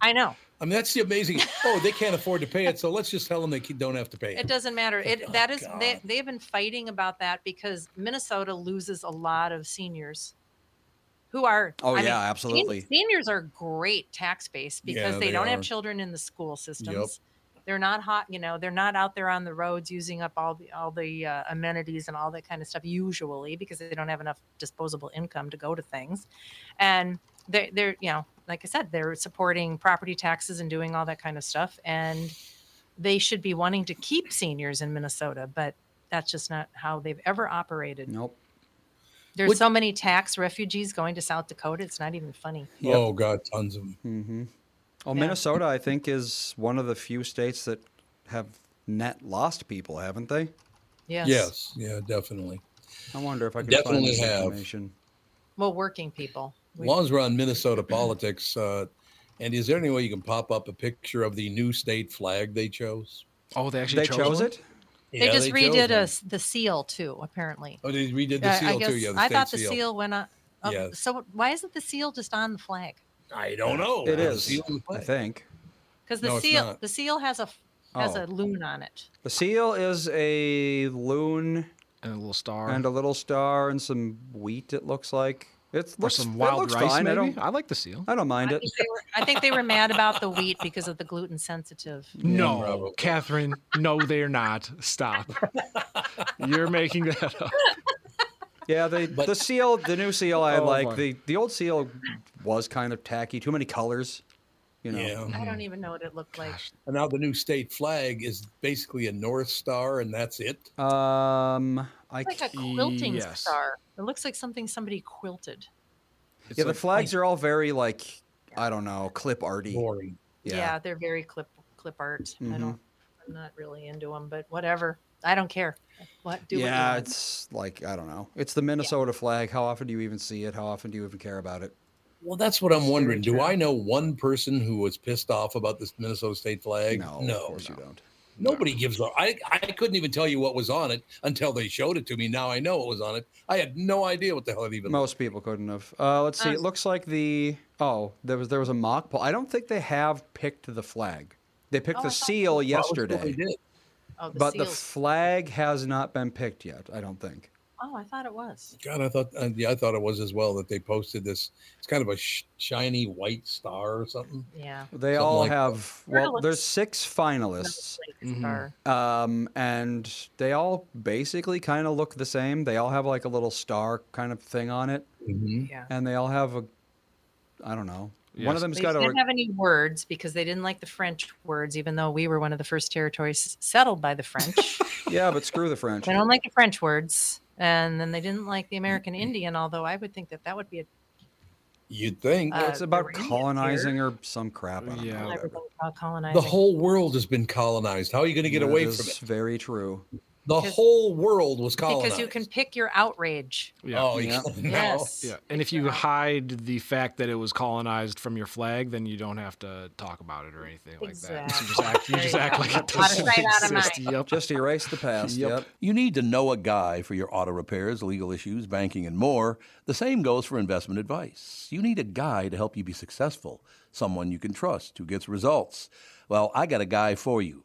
[SPEAKER 5] I know.
[SPEAKER 1] I mean, that's the amazing. Oh, they can't afford to pay it, so let's just tell them they ke- don't have to pay it.
[SPEAKER 5] It doesn't matter. It that is they they've been fighting about that because Minnesota loses a lot of seniors who are
[SPEAKER 2] Oh, yeah,
[SPEAKER 5] sen-
[SPEAKER 2] absolutely.
[SPEAKER 5] Seniors are great tax base because
[SPEAKER 2] Yeah,
[SPEAKER 5] they,
[SPEAKER 2] they
[SPEAKER 5] don't have
[SPEAKER 2] are.
[SPEAKER 5] children in the school systems. They're not hot, you know, they're not out there on the roads using up all the all the uh, amenities and all that kind of stuff usually because they don't have enough disposable income to go to things. And they they're, you know, like I said, they're supporting property taxes and doing all that kind of stuff and they should be wanting to keep seniors in Minnesota, but that's just not how they've ever operated.
[SPEAKER 2] Nope.
[SPEAKER 5] There's
[SPEAKER 2] Would-
[SPEAKER 5] so many tax refugees going to South Dakota. It's not even funny.
[SPEAKER 1] Oh God, tons of them.
[SPEAKER 2] Mm-hmm. Well,
[SPEAKER 5] Yeah.
[SPEAKER 2] Minnesota, I think, is one of the few states that have net lost people, haven't they?
[SPEAKER 5] Yes.
[SPEAKER 1] Yes. Yeah, definitely.
[SPEAKER 2] I wonder if I could
[SPEAKER 1] Definitely
[SPEAKER 2] find this
[SPEAKER 1] have.
[SPEAKER 2] information.
[SPEAKER 5] Well, working people.
[SPEAKER 1] Laws around Minnesota politics. Uh, and is there any way you can pop up a picture of the new state flag they chose?
[SPEAKER 4] Oh, they actually They chose chose one? it?
[SPEAKER 5] they
[SPEAKER 1] Yeah,
[SPEAKER 5] just
[SPEAKER 1] chose
[SPEAKER 5] redid
[SPEAKER 1] one.
[SPEAKER 5] us the seal too, apparently.
[SPEAKER 1] Oh, they redid the
[SPEAKER 5] Yeah, I
[SPEAKER 1] seal
[SPEAKER 5] guess
[SPEAKER 1] too. Yeah, the
[SPEAKER 5] I
[SPEAKER 1] state
[SPEAKER 5] thought the
[SPEAKER 1] seal.
[SPEAKER 5] seal, went up. up-
[SPEAKER 1] Yeah.
[SPEAKER 5] So why isn't the seal just on the flag?
[SPEAKER 1] I don't know.
[SPEAKER 2] It
[SPEAKER 1] The
[SPEAKER 2] is,
[SPEAKER 1] seal of the
[SPEAKER 2] I
[SPEAKER 1] flag.
[SPEAKER 2] think.
[SPEAKER 5] Because the
[SPEAKER 2] No, it's
[SPEAKER 5] seal,
[SPEAKER 2] not.
[SPEAKER 5] the seal has a has a
[SPEAKER 2] Oh.
[SPEAKER 5] loon on it.
[SPEAKER 2] The seal is a loon
[SPEAKER 4] and a little star
[SPEAKER 2] and a little star and some wheat. It looks like it's looks
[SPEAKER 4] some
[SPEAKER 2] it
[SPEAKER 4] wild
[SPEAKER 2] looks
[SPEAKER 4] rice,
[SPEAKER 2] fine. I,
[SPEAKER 4] maybe?
[SPEAKER 2] don't,
[SPEAKER 4] I like the seal.
[SPEAKER 2] I don't mind it.
[SPEAKER 5] They were- I think they were mad about the wheat because of the gluten sensitive.
[SPEAKER 2] Mm,
[SPEAKER 4] No, Catherine, no, they're not. Stop. You're making that up.
[SPEAKER 2] Yeah, they, the seal, the new seal, I
[SPEAKER 4] Oh,
[SPEAKER 2] like.
[SPEAKER 4] my.
[SPEAKER 2] The the old seal was kind of tacky. Too many colors. You know.
[SPEAKER 5] I don't even know what it looked like.
[SPEAKER 1] And now the new state flag is basically a North Star, and that's it.
[SPEAKER 2] Um, I
[SPEAKER 5] It's like a quilting star. It looks like something somebody quilted.
[SPEAKER 2] yeah, the flags are all very like I don't know, clip arty.
[SPEAKER 1] Boring.
[SPEAKER 5] Yeah,
[SPEAKER 2] Yeah.
[SPEAKER 5] they're very clip clip art. I
[SPEAKER 2] Mhm.
[SPEAKER 5] don't. I'm not really into them, but whatever. I don't care. What do?
[SPEAKER 2] yeah,
[SPEAKER 5] what you want.
[SPEAKER 2] it's like I don't know. It's the Minnesota flag. How often do you even see it? How often do you even care about it?
[SPEAKER 1] Well, that's what I'm wondering. Do I know one person who was pissed off about this Minnesota state flag?
[SPEAKER 2] No,
[SPEAKER 1] no,
[SPEAKER 2] of course you don't.
[SPEAKER 1] Nobody gives up. I, I couldn't even tell you what was on it until they showed it to me. Now I know what was on it. I had no idea what the hell it even
[SPEAKER 2] Most people couldn't have. Uh, let's see.
[SPEAKER 5] Um,
[SPEAKER 2] it looks like the oh, there was there was a mock poll. I don't think they have picked the flag. They picked
[SPEAKER 5] Oh, I
[SPEAKER 2] the
[SPEAKER 5] thought-
[SPEAKER 2] seal
[SPEAKER 1] Well, that's what
[SPEAKER 2] yesterday,
[SPEAKER 1] they did.
[SPEAKER 5] Oh, the
[SPEAKER 2] but the
[SPEAKER 5] seals.
[SPEAKER 2] flag has not been picked yet. I don't think.
[SPEAKER 5] oh, I thought it was.
[SPEAKER 1] God, I thought uh, yeah, I thought it was as well that they posted this. It's kind of a sh- shiny white star or something.
[SPEAKER 5] Yeah.
[SPEAKER 2] They
[SPEAKER 1] Something
[SPEAKER 2] all
[SPEAKER 1] like that.
[SPEAKER 2] have. Well, there's six finalists,
[SPEAKER 5] Like a star.
[SPEAKER 2] um, and they all basically kind of look the same. They all have like a little star kind of thing on it,
[SPEAKER 5] Yeah.
[SPEAKER 2] and they all have a. I don't know. One
[SPEAKER 4] Yes.
[SPEAKER 2] of them's
[SPEAKER 5] They
[SPEAKER 2] got a.
[SPEAKER 5] didn't have any words because they didn't like the French words, even though we were one of the first territories settled by the French.
[SPEAKER 2] Yeah, but screw the French.
[SPEAKER 5] they don't like the French words, and then they didn't like the
[SPEAKER 2] Mm-hmm.
[SPEAKER 5] American Indian. Although I would think that that would be a
[SPEAKER 1] You'd think
[SPEAKER 5] Uh,
[SPEAKER 2] it's about
[SPEAKER 5] Korean here.
[SPEAKER 2] colonizing or some crap. I don't
[SPEAKER 4] Yeah.
[SPEAKER 2] know.
[SPEAKER 5] everybody called colonizing.
[SPEAKER 1] the whole world has been colonized. How are you going to get
[SPEAKER 2] That
[SPEAKER 1] away
[SPEAKER 2] is
[SPEAKER 1] from it?
[SPEAKER 2] Very true.
[SPEAKER 1] The
[SPEAKER 5] Because-
[SPEAKER 1] whole world was colonized.
[SPEAKER 5] because you can pick your outrage.
[SPEAKER 4] Yeah.
[SPEAKER 1] Oh, you
[SPEAKER 2] Yeah.
[SPEAKER 1] can now.
[SPEAKER 5] Yes.
[SPEAKER 4] Yeah, and if you hide the fact that it was colonized from your flag, then you don't have to talk about it or anything like that. You just act, you
[SPEAKER 5] There
[SPEAKER 4] just
[SPEAKER 5] you
[SPEAKER 4] act
[SPEAKER 5] go.
[SPEAKER 4] like it
[SPEAKER 5] Out of
[SPEAKER 4] doesn't
[SPEAKER 5] sight, out of
[SPEAKER 4] exist.
[SPEAKER 5] mind.
[SPEAKER 4] Yep.
[SPEAKER 2] Just erase the past. yep.
[SPEAKER 10] You need to know a guy for your auto repairs, legal issues, banking, and more. The same goes for investment advice. You need a guy to help you be successful, someone you can trust who gets results. Well, I got a guy for you,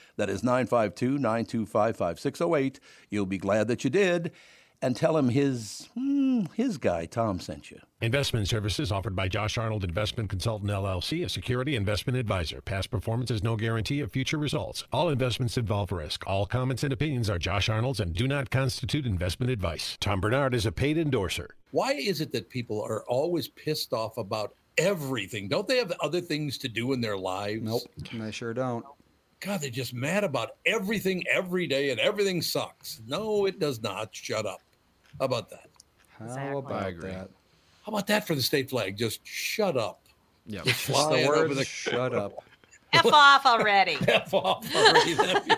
[SPEAKER 10] That is 952 925 5608. You'll be glad that you did, and tell him his, hmm, his guy, Tom, sent you.
[SPEAKER 11] Investment services offered by Josh Arnold Investment Consultant LLC, a security investment advisor. Past performance is no guarantee of future results. All investments involve risk. All comments and opinions are Josh Arnold's and do not constitute investment advice. Tom Bernard is a paid endorser.
[SPEAKER 1] Why is it that people are always pissed off about everything? Don't they have other things to do in their lives?
[SPEAKER 2] Nope. They sure don't.
[SPEAKER 1] God, they're just mad about everything every day and everything sucks. No, it does not. Shut up. How about that?
[SPEAKER 2] How
[SPEAKER 5] Exactly.
[SPEAKER 2] about
[SPEAKER 4] agree.
[SPEAKER 2] that?
[SPEAKER 1] How about that for the state flag? Just shut up.
[SPEAKER 4] Yep.
[SPEAKER 1] Just
[SPEAKER 2] Just
[SPEAKER 1] fly
[SPEAKER 2] the
[SPEAKER 1] it over
[SPEAKER 2] word
[SPEAKER 1] the
[SPEAKER 2] shut up.
[SPEAKER 5] F off already.
[SPEAKER 1] F off already. That'd be-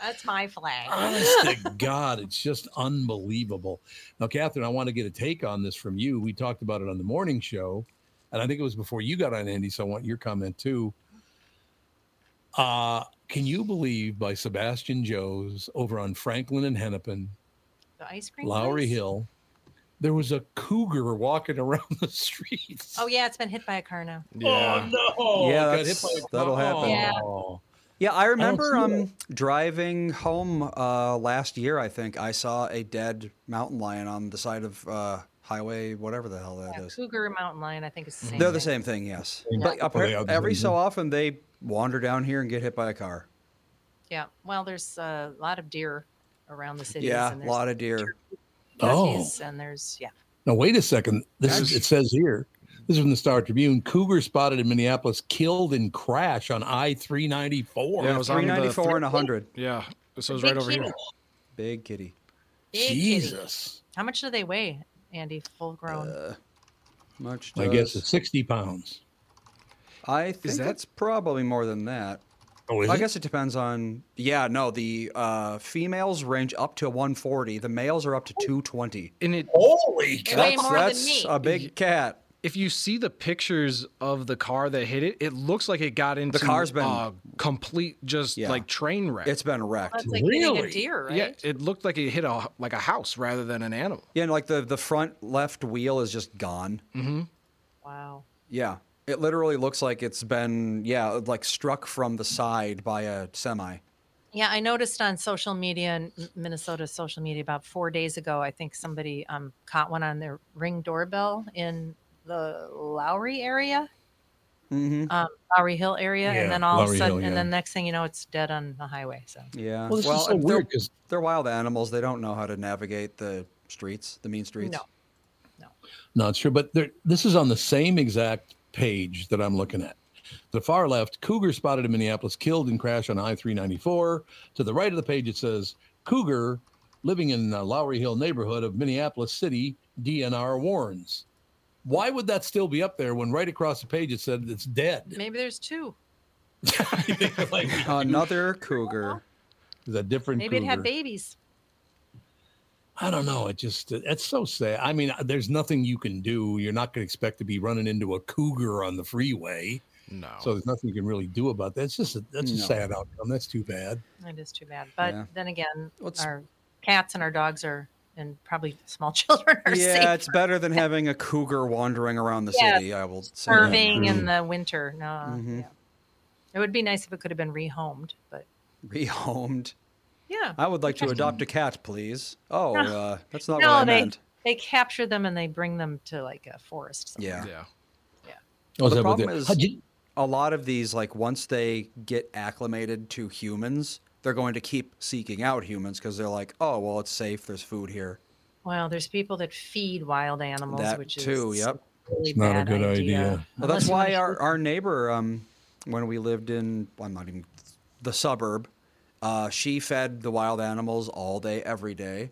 [SPEAKER 5] That's my flag.
[SPEAKER 1] Honest to God, it's just unbelievable. Now, Catherine, I want to get a take on this from you. We talked about it on the morning show, and I think it was before you got on, Andy. So I want your comment too. Uh, can you believe by Sebastian Joe's over on Franklin and Hennepin,
[SPEAKER 5] The ice cream.
[SPEAKER 1] Lowry
[SPEAKER 5] place?
[SPEAKER 1] Hill, there was a cougar walking around the streets?
[SPEAKER 5] Oh yeah, it's been hit by a car now.
[SPEAKER 4] Yeah.
[SPEAKER 1] Oh, no.
[SPEAKER 2] Yeah,
[SPEAKER 1] Got
[SPEAKER 2] that's-
[SPEAKER 1] hit by a-
[SPEAKER 2] that'll happen.
[SPEAKER 5] Yeah.
[SPEAKER 1] Oh.
[SPEAKER 2] Yeah, I remember
[SPEAKER 1] see
[SPEAKER 2] um, driving home uh, last year. I think I saw a dead mountain lion on the side of uh, highway, whatever the hell that
[SPEAKER 5] Yeah,
[SPEAKER 2] is.
[SPEAKER 5] Cougar Mountain Lion, I think is the same.
[SPEAKER 2] Mm-hmm. They're the
[SPEAKER 5] thing.
[SPEAKER 2] same thing, yes.
[SPEAKER 1] Yeah.
[SPEAKER 2] But
[SPEAKER 1] Well, they are
[SPEAKER 2] appar-
[SPEAKER 1] the
[SPEAKER 2] every
[SPEAKER 1] same
[SPEAKER 2] so
[SPEAKER 1] thing.
[SPEAKER 2] often they wander down here and get hit by a car.
[SPEAKER 5] Yeah. Well, there's a lot of deer around the cities.
[SPEAKER 2] Yeah,
[SPEAKER 5] and
[SPEAKER 2] a
[SPEAKER 5] there's
[SPEAKER 2] lot of deer.
[SPEAKER 1] Oh.
[SPEAKER 5] turkeys And there's yeah.
[SPEAKER 1] Now wait a second. This is it says here This is from the Star Tribune. Cougar spotted in Minneapolis killed in crash on I 394.
[SPEAKER 4] Yeah, it was on the thr- Yeah, so it was right
[SPEAKER 5] Big
[SPEAKER 4] over here.
[SPEAKER 5] kitty.
[SPEAKER 2] Big kitty.
[SPEAKER 5] Big kitty.
[SPEAKER 1] Jesus.
[SPEAKER 5] How much do they weigh, Andy? Full grown.
[SPEAKER 2] Uh, Much.
[SPEAKER 1] I guess it's 60 pounds.
[SPEAKER 2] I think
[SPEAKER 1] that-
[SPEAKER 2] that's probably more than that.
[SPEAKER 1] Oh, is
[SPEAKER 2] I
[SPEAKER 1] it?
[SPEAKER 2] guess it depends on. Yeah, no. The uh, females range up to 140. The males are up to 220.
[SPEAKER 4] And it
[SPEAKER 1] holy
[SPEAKER 2] That's, that's a big cat.
[SPEAKER 4] If you see the pictures of the car that hit it, it looks like it got into
[SPEAKER 2] car's been-
[SPEAKER 4] a complete just
[SPEAKER 2] Yeah.
[SPEAKER 4] like train wreck.
[SPEAKER 2] It's been wrecked.
[SPEAKER 5] That's like hitting a deer, right?
[SPEAKER 4] Yeah, it looked like it hit a like a house rather than an animal.
[SPEAKER 2] Yeah, and like the the front left wheel is just gone.
[SPEAKER 4] Mm-hmm.
[SPEAKER 5] Wow.
[SPEAKER 2] Yeah, it literally looks like it's been yeah like struck from the side by a semi.
[SPEAKER 5] Yeah, I noticed on social media and Minnesota's social media about four days ago. I think somebody um, caught one on their ring doorbell in the Lowry area,
[SPEAKER 2] Mm-hmm.
[SPEAKER 5] um, Lowry Hill area,
[SPEAKER 2] Yeah,
[SPEAKER 5] and then all of
[SPEAKER 2] Lowry
[SPEAKER 5] a sudden,
[SPEAKER 2] Hill,
[SPEAKER 5] and then
[SPEAKER 2] yeah.
[SPEAKER 5] next thing you know, it's dead on the highway. So
[SPEAKER 2] Yeah.
[SPEAKER 5] Well, this is so
[SPEAKER 2] and
[SPEAKER 5] weird
[SPEAKER 2] they're, they're wild animals. They don't know how to navigate the streets, the mean streets.
[SPEAKER 5] No.
[SPEAKER 1] Not sure, but there, this is on the same exact page that I'm looking at. The far left, cougar spotted in Minneapolis killed in crash on I 394. To the right of the page, it says cougar living in the Lowry Hill neighborhood of Minneapolis City, DNR warns. Why would that still be up there when right across the page it said it's dead?
[SPEAKER 5] maybe there's two.
[SPEAKER 2] Another cougar.
[SPEAKER 1] It's a different
[SPEAKER 5] Maybe it
[SPEAKER 1] cougar.
[SPEAKER 5] had babies.
[SPEAKER 1] I don't know. It just it's so sad. I mean, there's nothing you can do. You're not going to expect to be running into a cougar on the freeway.
[SPEAKER 4] No.
[SPEAKER 1] So there's nothing you can really do about that. It's just a, that's a
[SPEAKER 2] No.
[SPEAKER 1] sad outcome. That's too bad.
[SPEAKER 5] It is too bad, but
[SPEAKER 1] Yeah.
[SPEAKER 5] then again,
[SPEAKER 2] What's-
[SPEAKER 5] our cats and our dogs are, and probably small children are
[SPEAKER 2] yeah,
[SPEAKER 5] safe.
[SPEAKER 2] it's better than having a cougar wandering around the
[SPEAKER 5] Yeah,
[SPEAKER 2] city. I will say. that.
[SPEAKER 5] Serving in the winter. No,
[SPEAKER 2] Mhm.
[SPEAKER 5] it would be nice if it could have been rehomed, but
[SPEAKER 2] Rehomed.
[SPEAKER 5] yeah.
[SPEAKER 2] I would like to adopt a cat, please. Oh,
[SPEAKER 5] No.
[SPEAKER 2] uh, that's not
[SPEAKER 5] Ah, no,
[SPEAKER 2] what I
[SPEAKER 5] they
[SPEAKER 2] meant.
[SPEAKER 5] they capture them and they bring them to like a forest. somewhere.
[SPEAKER 2] Yeah.
[SPEAKER 4] Yeah.
[SPEAKER 1] Oh, is
[SPEAKER 2] the
[SPEAKER 1] that what
[SPEAKER 2] problem
[SPEAKER 1] they-
[SPEAKER 2] is
[SPEAKER 1] How'd you-
[SPEAKER 2] a lot of these, like once they get acclimated to humans, they're going to keep seeking out humans because they're like, oh, well, it's safe. There's food here.
[SPEAKER 5] Well, there's people that feed wild animals,
[SPEAKER 2] that
[SPEAKER 5] which
[SPEAKER 2] too.
[SPEAKER 5] is
[SPEAKER 2] Yep.
[SPEAKER 5] really bad
[SPEAKER 2] Well, that's
[SPEAKER 5] Unless you
[SPEAKER 2] why
[SPEAKER 5] wanna
[SPEAKER 2] our, our neighbor, um, when we lived in, well, I'm not even the suburb, uh, she fed the wild animals all day, every day.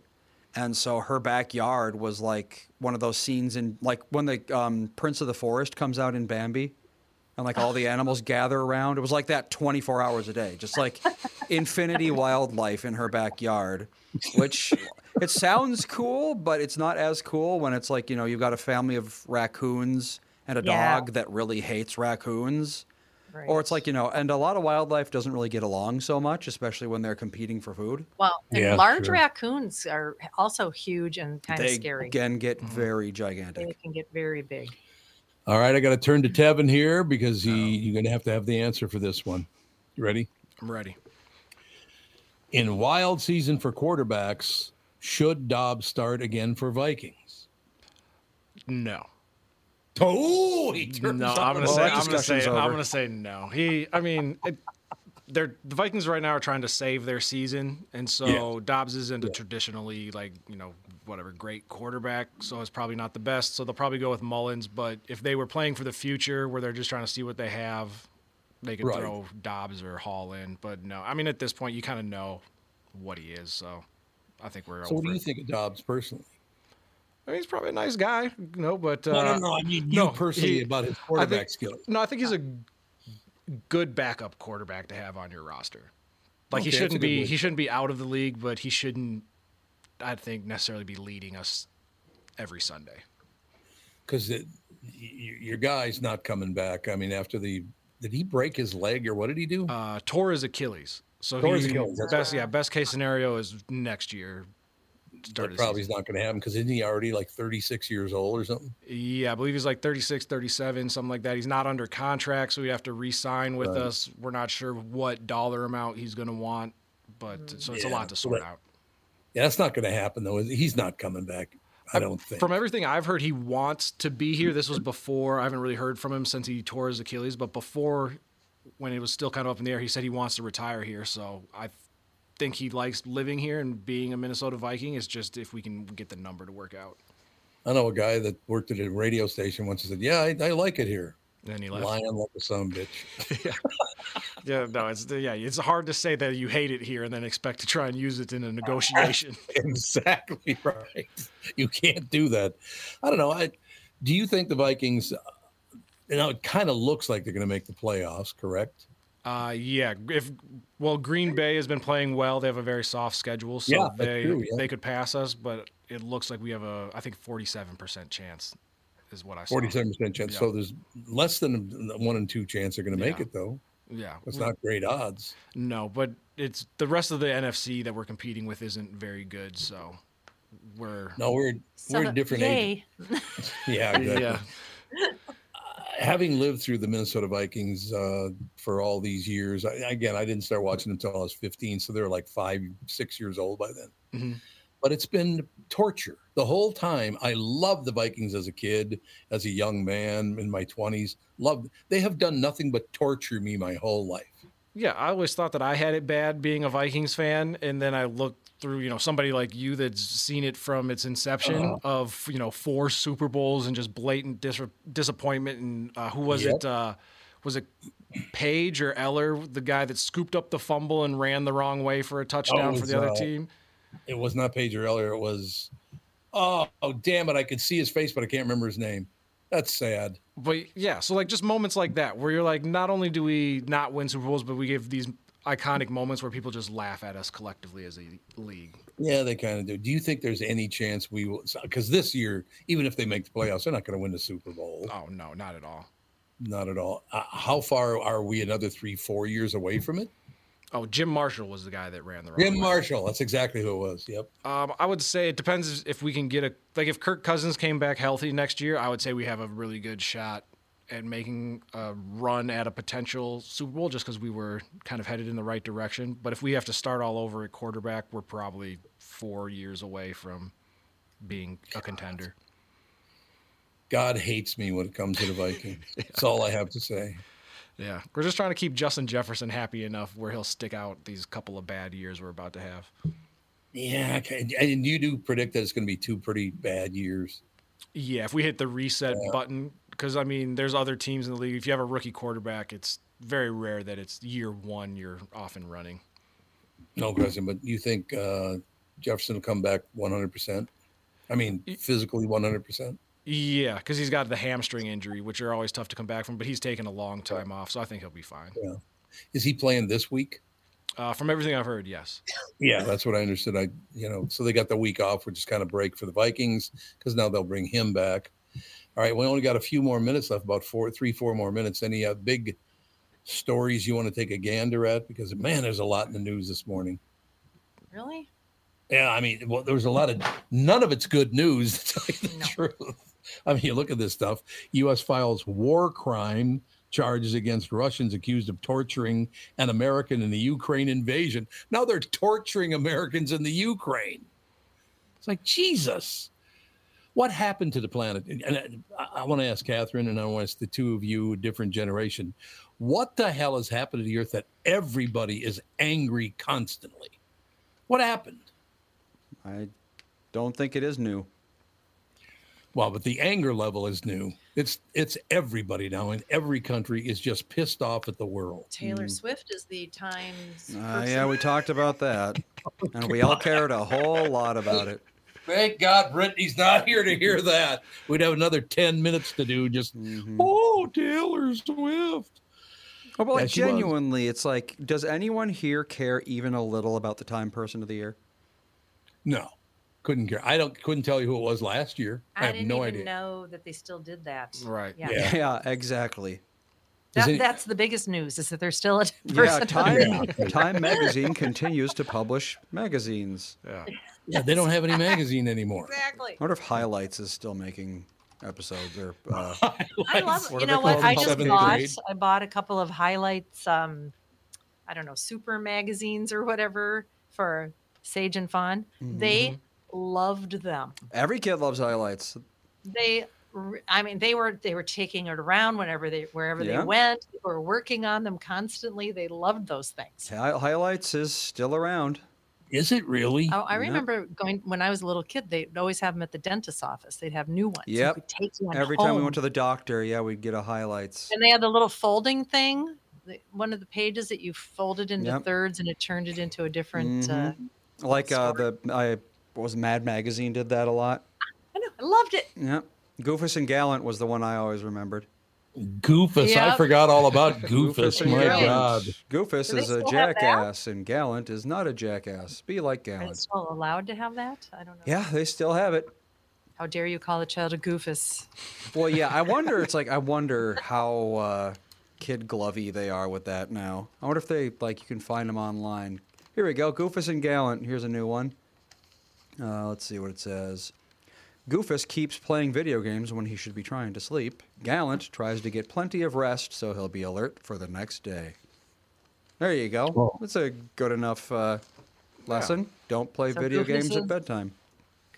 [SPEAKER 2] And so her backyard was like one of those scenes in, like when the um, Prince of the Forest comes out in Bambi and like all the animals gather around. It was like that 24 hours a day, just like infinity wildlife in her backyard, which it sounds cool, but it's not as cool when it's like, you know, you've got a family of raccoons and a
[SPEAKER 9] Yeah.
[SPEAKER 2] dog that really hates raccoons. Or it's like, you know, and a lot of wildlife doesn't really get along so much, especially when they're competing for food.
[SPEAKER 5] Well, and
[SPEAKER 2] Yeah,
[SPEAKER 5] large
[SPEAKER 2] sure.
[SPEAKER 5] raccoons are also huge and kind
[SPEAKER 2] they
[SPEAKER 5] of scary.
[SPEAKER 2] can get very gigantic.
[SPEAKER 5] They can get very big.
[SPEAKER 1] All right, I got to turn to Tevin here because he you're going to have to have the answer for this one. You ready?
[SPEAKER 4] I'm ready.
[SPEAKER 1] In wild season for quarterbacks, should Dobbs start again for Vikings?
[SPEAKER 4] No.
[SPEAKER 1] Oh, he turns
[SPEAKER 4] no.
[SPEAKER 1] up
[SPEAKER 4] I'm gonna
[SPEAKER 1] the-
[SPEAKER 4] say.
[SPEAKER 1] Well, that
[SPEAKER 4] I'm gonna say.
[SPEAKER 1] discussion's
[SPEAKER 4] I'm
[SPEAKER 1] over.
[SPEAKER 4] gonna say no. He. I mean, it, they're the Vikings right now are trying to save their season, and so
[SPEAKER 1] Yeah.
[SPEAKER 4] Dobbs isn't a traditionally like you know whatever great quarterback, so it's probably not the best. So they'll probably go with Mullins. But if they were playing for the future, where they're just trying to see what they have, they could
[SPEAKER 1] Right.
[SPEAKER 4] throw Dobbs or Hall in. But no, I mean at this point you kind of know what he is, so I think we're.
[SPEAKER 1] So, what
[SPEAKER 4] over
[SPEAKER 1] do you
[SPEAKER 4] it.
[SPEAKER 1] think of Dobbs personally?
[SPEAKER 4] I mean, he's probably a nice guy, you know, but uh,
[SPEAKER 1] No, no, no, I mean you personally about his
[SPEAKER 4] I
[SPEAKER 1] quarterback
[SPEAKER 4] think-
[SPEAKER 1] skill.
[SPEAKER 4] No, I think he's a good backup quarterback to have on your roster. Like he
[SPEAKER 1] Okay, that's a
[SPEAKER 4] shouldn't
[SPEAKER 1] good
[SPEAKER 4] be
[SPEAKER 1] word.
[SPEAKER 4] he shouldn't be out of the league, but he shouldn't I think necessarily be leading us every Sunday.
[SPEAKER 1] Because your guy's not coming back. I mean, after the did he break his leg or what did he do?
[SPEAKER 4] Uh, tore his Achilles. So
[SPEAKER 1] Tore his
[SPEAKER 4] he-
[SPEAKER 1] Achilles, that's
[SPEAKER 4] best
[SPEAKER 1] right.
[SPEAKER 4] yeah, best case scenario is next year.
[SPEAKER 1] That
[SPEAKER 4] Start of the
[SPEAKER 1] probably is not going to happen because isn't he already like 36 years old or something?
[SPEAKER 4] Yeah, I believe he's like 36, 37, something like that. He's not under contract, so he'd have to re-sign with
[SPEAKER 1] Right.
[SPEAKER 4] us. We're not sure what dollar amount he's going to want, but so it's a
[SPEAKER 1] Mm-hmm. Yeah,
[SPEAKER 4] lot to sort
[SPEAKER 1] but-
[SPEAKER 4] out.
[SPEAKER 1] Yeah, that's not going to happen though. is it? He's not coming back. I don't think.
[SPEAKER 4] From everything I've heard, he wants to be here. This was before I haven't really heard from him since he tore his Achilles, but before when it was still kind of up in the air, he said he wants to retire here. So I think he likes living here and being a Minnesota Viking. It's just if we can get the number to work out.
[SPEAKER 1] I know a guy that worked at a radio station once. He said, "Yeah, I, I like it here."
[SPEAKER 4] And he left.
[SPEAKER 1] Lying like a son of a bitch.
[SPEAKER 4] Yeah, no, it's yeah, it's hard to say that you hate it here and then expect to try and use it in a negotiation.
[SPEAKER 1] exactly right. You can't do that. I don't know. I do you think the Vikings? uh, You know, it kind of looks like they're going to make the playoffs, correct?
[SPEAKER 4] Uh, yeah. If well, Green Bay has been playing well. They have a very soft schedule, so
[SPEAKER 1] Yeah, that's
[SPEAKER 4] they
[SPEAKER 1] true, yeah.
[SPEAKER 4] they could pass us. But it looks like we have a I think forty seven percent chance is what I saw.
[SPEAKER 1] Forty-seven percent chance.
[SPEAKER 4] Yeah.
[SPEAKER 1] So there's less than a one in two chance they're going to make
[SPEAKER 4] Yeah.
[SPEAKER 1] it, though.
[SPEAKER 4] Yeah,
[SPEAKER 1] That's
[SPEAKER 4] we-
[SPEAKER 1] not great odds.
[SPEAKER 4] No, but it's the rest of the NFC that we're competing with isn't very good, so we're
[SPEAKER 1] No, we're we're a different age. Yeah, exactly.
[SPEAKER 4] yeah.
[SPEAKER 1] having lived through the Minnesota Vikings uh, for all these years, I, again, I didn't start watching them until I was 15, so they were like five, six years old by then.
[SPEAKER 4] Mhm.
[SPEAKER 1] But it's been torture the whole time. I loved the Vikings as a kid, as a young man in my 20s. Loved. They have done nothing but torture me my whole life.
[SPEAKER 4] Yeah, I always thought that I had it bad being a Vikings fan, and then I looked through, you know, somebody like you that's seen it from its inception
[SPEAKER 1] Uh-huh.
[SPEAKER 4] of, you know, four Super Bowls and just blatant dis- disappointment. And uh, who was
[SPEAKER 1] Yep.
[SPEAKER 4] it? Uh, was it Page or Eller, the guy that scooped up the fumble and ran the wrong way for a
[SPEAKER 1] Oh, it
[SPEAKER 4] touchdown for
[SPEAKER 1] was,
[SPEAKER 4] the other
[SPEAKER 1] uh,
[SPEAKER 4] team?
[SPEAKER 1] It was not Paige earlier. It was, oh, oh, damn it. I could see his face, but I can't remember his name. That's sad.
[SPEAKER 4] But yeah, so like just moments like that where you're like, not only do we not win Super Bowls, but we give these iconic moments where people just laugh at us collectively as a league.
[SPEAKER 1] Yeah, they kind of do. Do you think there's any chance we will? Because this year, even if they make the playoffs, they're not going to win the Super Bowl.
[SPEAKER 4] Oh no, not at all.
[SPEAKER 1] Not at all. Uh, how far are we? Another three, four years away from it?
[SPEAKER 4] Oh, Jim Marshall was the guy that ran the wrong
[SPEAKER 1] Jim
[SPEAKER 4] way.
[SPEAKER 1] Marshall. That's exactly who it was. Yep.
[SPEAKER 4] Um, I would say it depends if we can get a like if Kirk Cousins came back healthy next year. I would say we have a really good shot at making a run at a potential Super Bowl just because we were kind of headed in the right direction. But if we have to start all over at quarterback, we're probably four years away from being a contender.
[SPEAKER 1] God hates me when it comes to the Vikings. That's all I have to say.
[SPEAKER 4] Yeah, we're just trying to keep Justin Jefferson happy enough where he'll stick out these couple of bad years we're about to have.
[SPEAKER 1] Yeah. Okay. And you do predict that it's going to be two pretty bad years.
[SPEAKER 4] Yeah, if we hit the reset button, because I mean, there's other teams in the league. If you have a rookie quarterback, it's very rare that it's year one you're off and running.
[SPEAKER 1] No question. But you think uh, Jefferson will come back 100%? I mean, physically 100%?
[SPEAKER 4] Yeah, because he's got the hamstring injury, which are always tough to come back from. But he's taken a long time off, so I think he'll be fine.
[SPEAKER 1] Yeah. Is he playing this week?
[SPEAKER 4] Uh, from everything I've heard, yes.
[SPEAKER 1] Yeah, that's what I understood. I, you know, so they got the week off, which is kind of break for the Vikings because now they'll bring him back. All right, we only got a few more minutes left, about four, three, four more minutes. Any uh, big stories you want to take a gander at? Because man, there's a lot in the news this morning.
[SPEAKER 5] Really?
[SPEAKER 1] Yeah, I mean, well, there was a lot of none of it's good news. To tell you the truth, I mean, you look at this stuff. U.S. files war crime charges against Russians accused of torturing an American in the Ukraine invasion. Now they're torturing Americans in the Ukraine. It's like Jesus. What happened to the planet? And- And I, I want to ask Catherine, and I want to ask the two of you, a different generation. What the hell has happened to the Earth that everybody is angry constantly? What happened?
[SPEAKER 2] I don't think it is new.
[SPEAKER 1] Well, but the anger level is new. It's it's everybody now, and every country is just pissed off at the world.
[SPEAKER 2] Mm.
[SPEAKER 5] Taylor Swift is the Times.
[SPEAKER 2] Uh, yeah, we talked about that, and we all cared a whole lot about it.
[SPEAKER 1] Thank God Brittany's not here to hear that. We'd have another ten minutes to do just oh Taylor Swift.
[SPEAKER 2] Oh, but
[SPEAKER 1] Yeah,
[SPEAKER 2] like
[SPEAKER 1] she was.
[SPEAKER 2] genuinely, it's like, does anyone here care even a little about the Time Person of the Year?
[SPEAKER 1] No, couldn't care. I don't couldn't tell you who it was last year. I,
[SPEAKER 5] I,
[SPEAKER 1] have
[SPEAKER 5] didn't
[SPEAKER 1] no
[SPEAKER 5] even
[SPEAKER 1] idea.
[SPEAKER 5] know that they still did that.
[SPEAKER 4] Right.
[SPEAKER 5] Yeah.
[SPEAKER 2] Yeah, exactly.
[SPEAKER 5] That,
[SPEAKER 2] Is it-
[SPEAKER 5] that's the biggest news is that they're still a
[SPEAKER 2] Yeah,
[SPEAKER 5] person.
[SPEAKER 2] Time Time Magazine continues to publish magazines.
[SPEAKER 4] Yeah.
[SPEAKER 1] Yeah, they don't have any magazine anymore.
[SPEAKER 5] Exactly.
[SPEAKER 2] I wonder if Highlights is still making episodes or. Uh,
[SPEAKER 5] I love
[SPEAKER 2] what
[SPEAKER 5] You
[SPEAKER 2] are they
[SPEAKER 5] know what?
[SPEAKER 2] called?
[SPEAKER 5] I just
[SPEAKER 2] Seventh
[SPEAKER 5] bought.
[SPEAKER 2] grade?
[SPEAKER 5] I bought a couple of highlights. Um, I don't know, super magazines or whatever for Sage and Fawn. They loved them.
[SPEAKER 2] Every kid loves Highlights.
[SPEAKER 5] They, r- I mean, they were they were taking it around whenever they wherever
[SPEAKER 2] Yeah.
[SPEAKER 5] they went. They were working on them constantly. They loved those things.
[SPEAKER 2] Hi- Highlights is still around.
[SPEAKER 1] Is it really?
[SPEAKER 5] Oh, I remember going when I was a little kid. They'd always have them at the dentist's office. They'd have new ones. You
[SPEAKER 2] Yep.
[SPEAKER 5] could take one
[SPEAKER 2] Every time we
[SPEAKER 5] home.
[SPEAKER 2] went to the doctor, yeah, we'd get a highlights.
[SPEAKER 5] Oh. and they had the little folding thing, the, one of the pages that you folded into
[SPEAKER 2] Yep.
[SPEAKER 5] thirds and it turned it into a different. Uh,
[SPEAKER 2] Mhm. Like uh, the I what was it, Mad Magazine did that a lot.
[SPEAKER 5] I know, I loved it.
[SPEAKER 2] Yeah, Goofus and Gallant was the one I always remembered.
[SPEAKER 1] Goofus, I Yep. forgot all about Goofus,
[SPEAKER 2] and
[SPEAKER 1] my
[SPEAKER 2] Gallant.
[SPEAKER 1] God.
[SPEAKER 2] Goofus
[SPEAKER 5] Do they
[SPEAKER 2] is a
[SPEAKER 5] still have that?
[SPEAKER 2] jackass, and Gallant is not a jackass. Be like
[SPEAKER 5] Are they
[SPEAKER 2] Gallant.
[SPEAKER 5] still allowed to have that? I don't know.
[SPEAKER 2] Yeah, they still have it.
[SPEAKER 5] How dare you call a child a goofus?
[SPEAKER 2] Well, yeah, I wonder. It's like I wonder how uh, kid glovey they are with that now. I wonder if they like you can find them online. Here we go, Goofus and Gallant. Here's a new one. Uh, let's see what it says. Goofus keeps playing video games when he should be trying to sleep. Gallant tries to get plenty of rest so he'll be alert for the next day. There you go. That's a good enough uh, lesson. Don't play
[SPEAKER 5] So
[SPEAKER 2] video
[SPEAKER 5] Goofus
[SPEAKER 2] games
[SPEAKER 5] is-
[SPEAKER 2] at bedtime.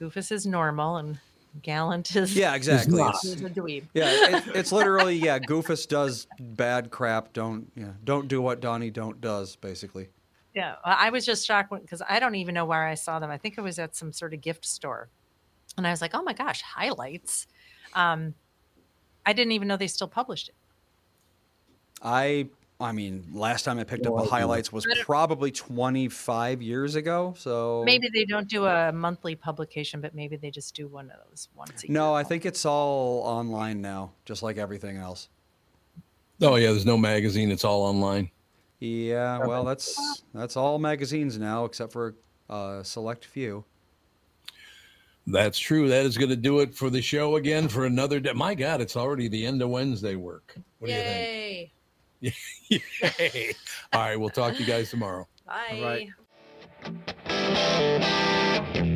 [SPEAKER 5] Goofus is normal and gallant is.
[SPEAKER 2] Yeah, exactly.
[SPEAKER 5] is
[SPEAKER 2] It's-
[SPEAKER 5] a dweeb.
[SPEAKER 2] Yeah, it, it's literally yeah. Goofus does bad crap. Don't yeah. Don't do what Donnie don't does. Basically,
[SPEAKER 5] Yeah, I I was just shocked because I don't even know where I saw them. I think it was at some sort of gift store, and I was like, "Oh my gosh, highlights!" Um, I didn't even know they still published it.
[SPEAKER 2] I I mean, last time I picked up
[SPEAKER 5] Well,
[SPEAKER 2] a highlights was
[SPEAKER 5] I don't-
[SPEAKER 2] probably 25 years ago. So
[SPEAKER 5] Maybe they don't do a monthly publication, but maybe they just do one of those once a year.
[SPEAKER 2] no, I think it's all online now, just like everything else.
[SPEAKER 1] Oh yeah, there's no magazine. It's all online.
[SPEAKER 2] Yeah, well, that's that's all magazines now, except for a select few.
[SPEAKER 1] That's true. That is going to do it for the show again for another day. My God, it's already the end of Wednesday work. What
[SPEAKER 5] Yay!
[SPEAKER 1] do you think? Yay. All right, we'll talk to you guys tomorrow.
[SPEAKER 5] Bye.
[SPEAKER 1] All right.
[SPEAKER 9] Bye.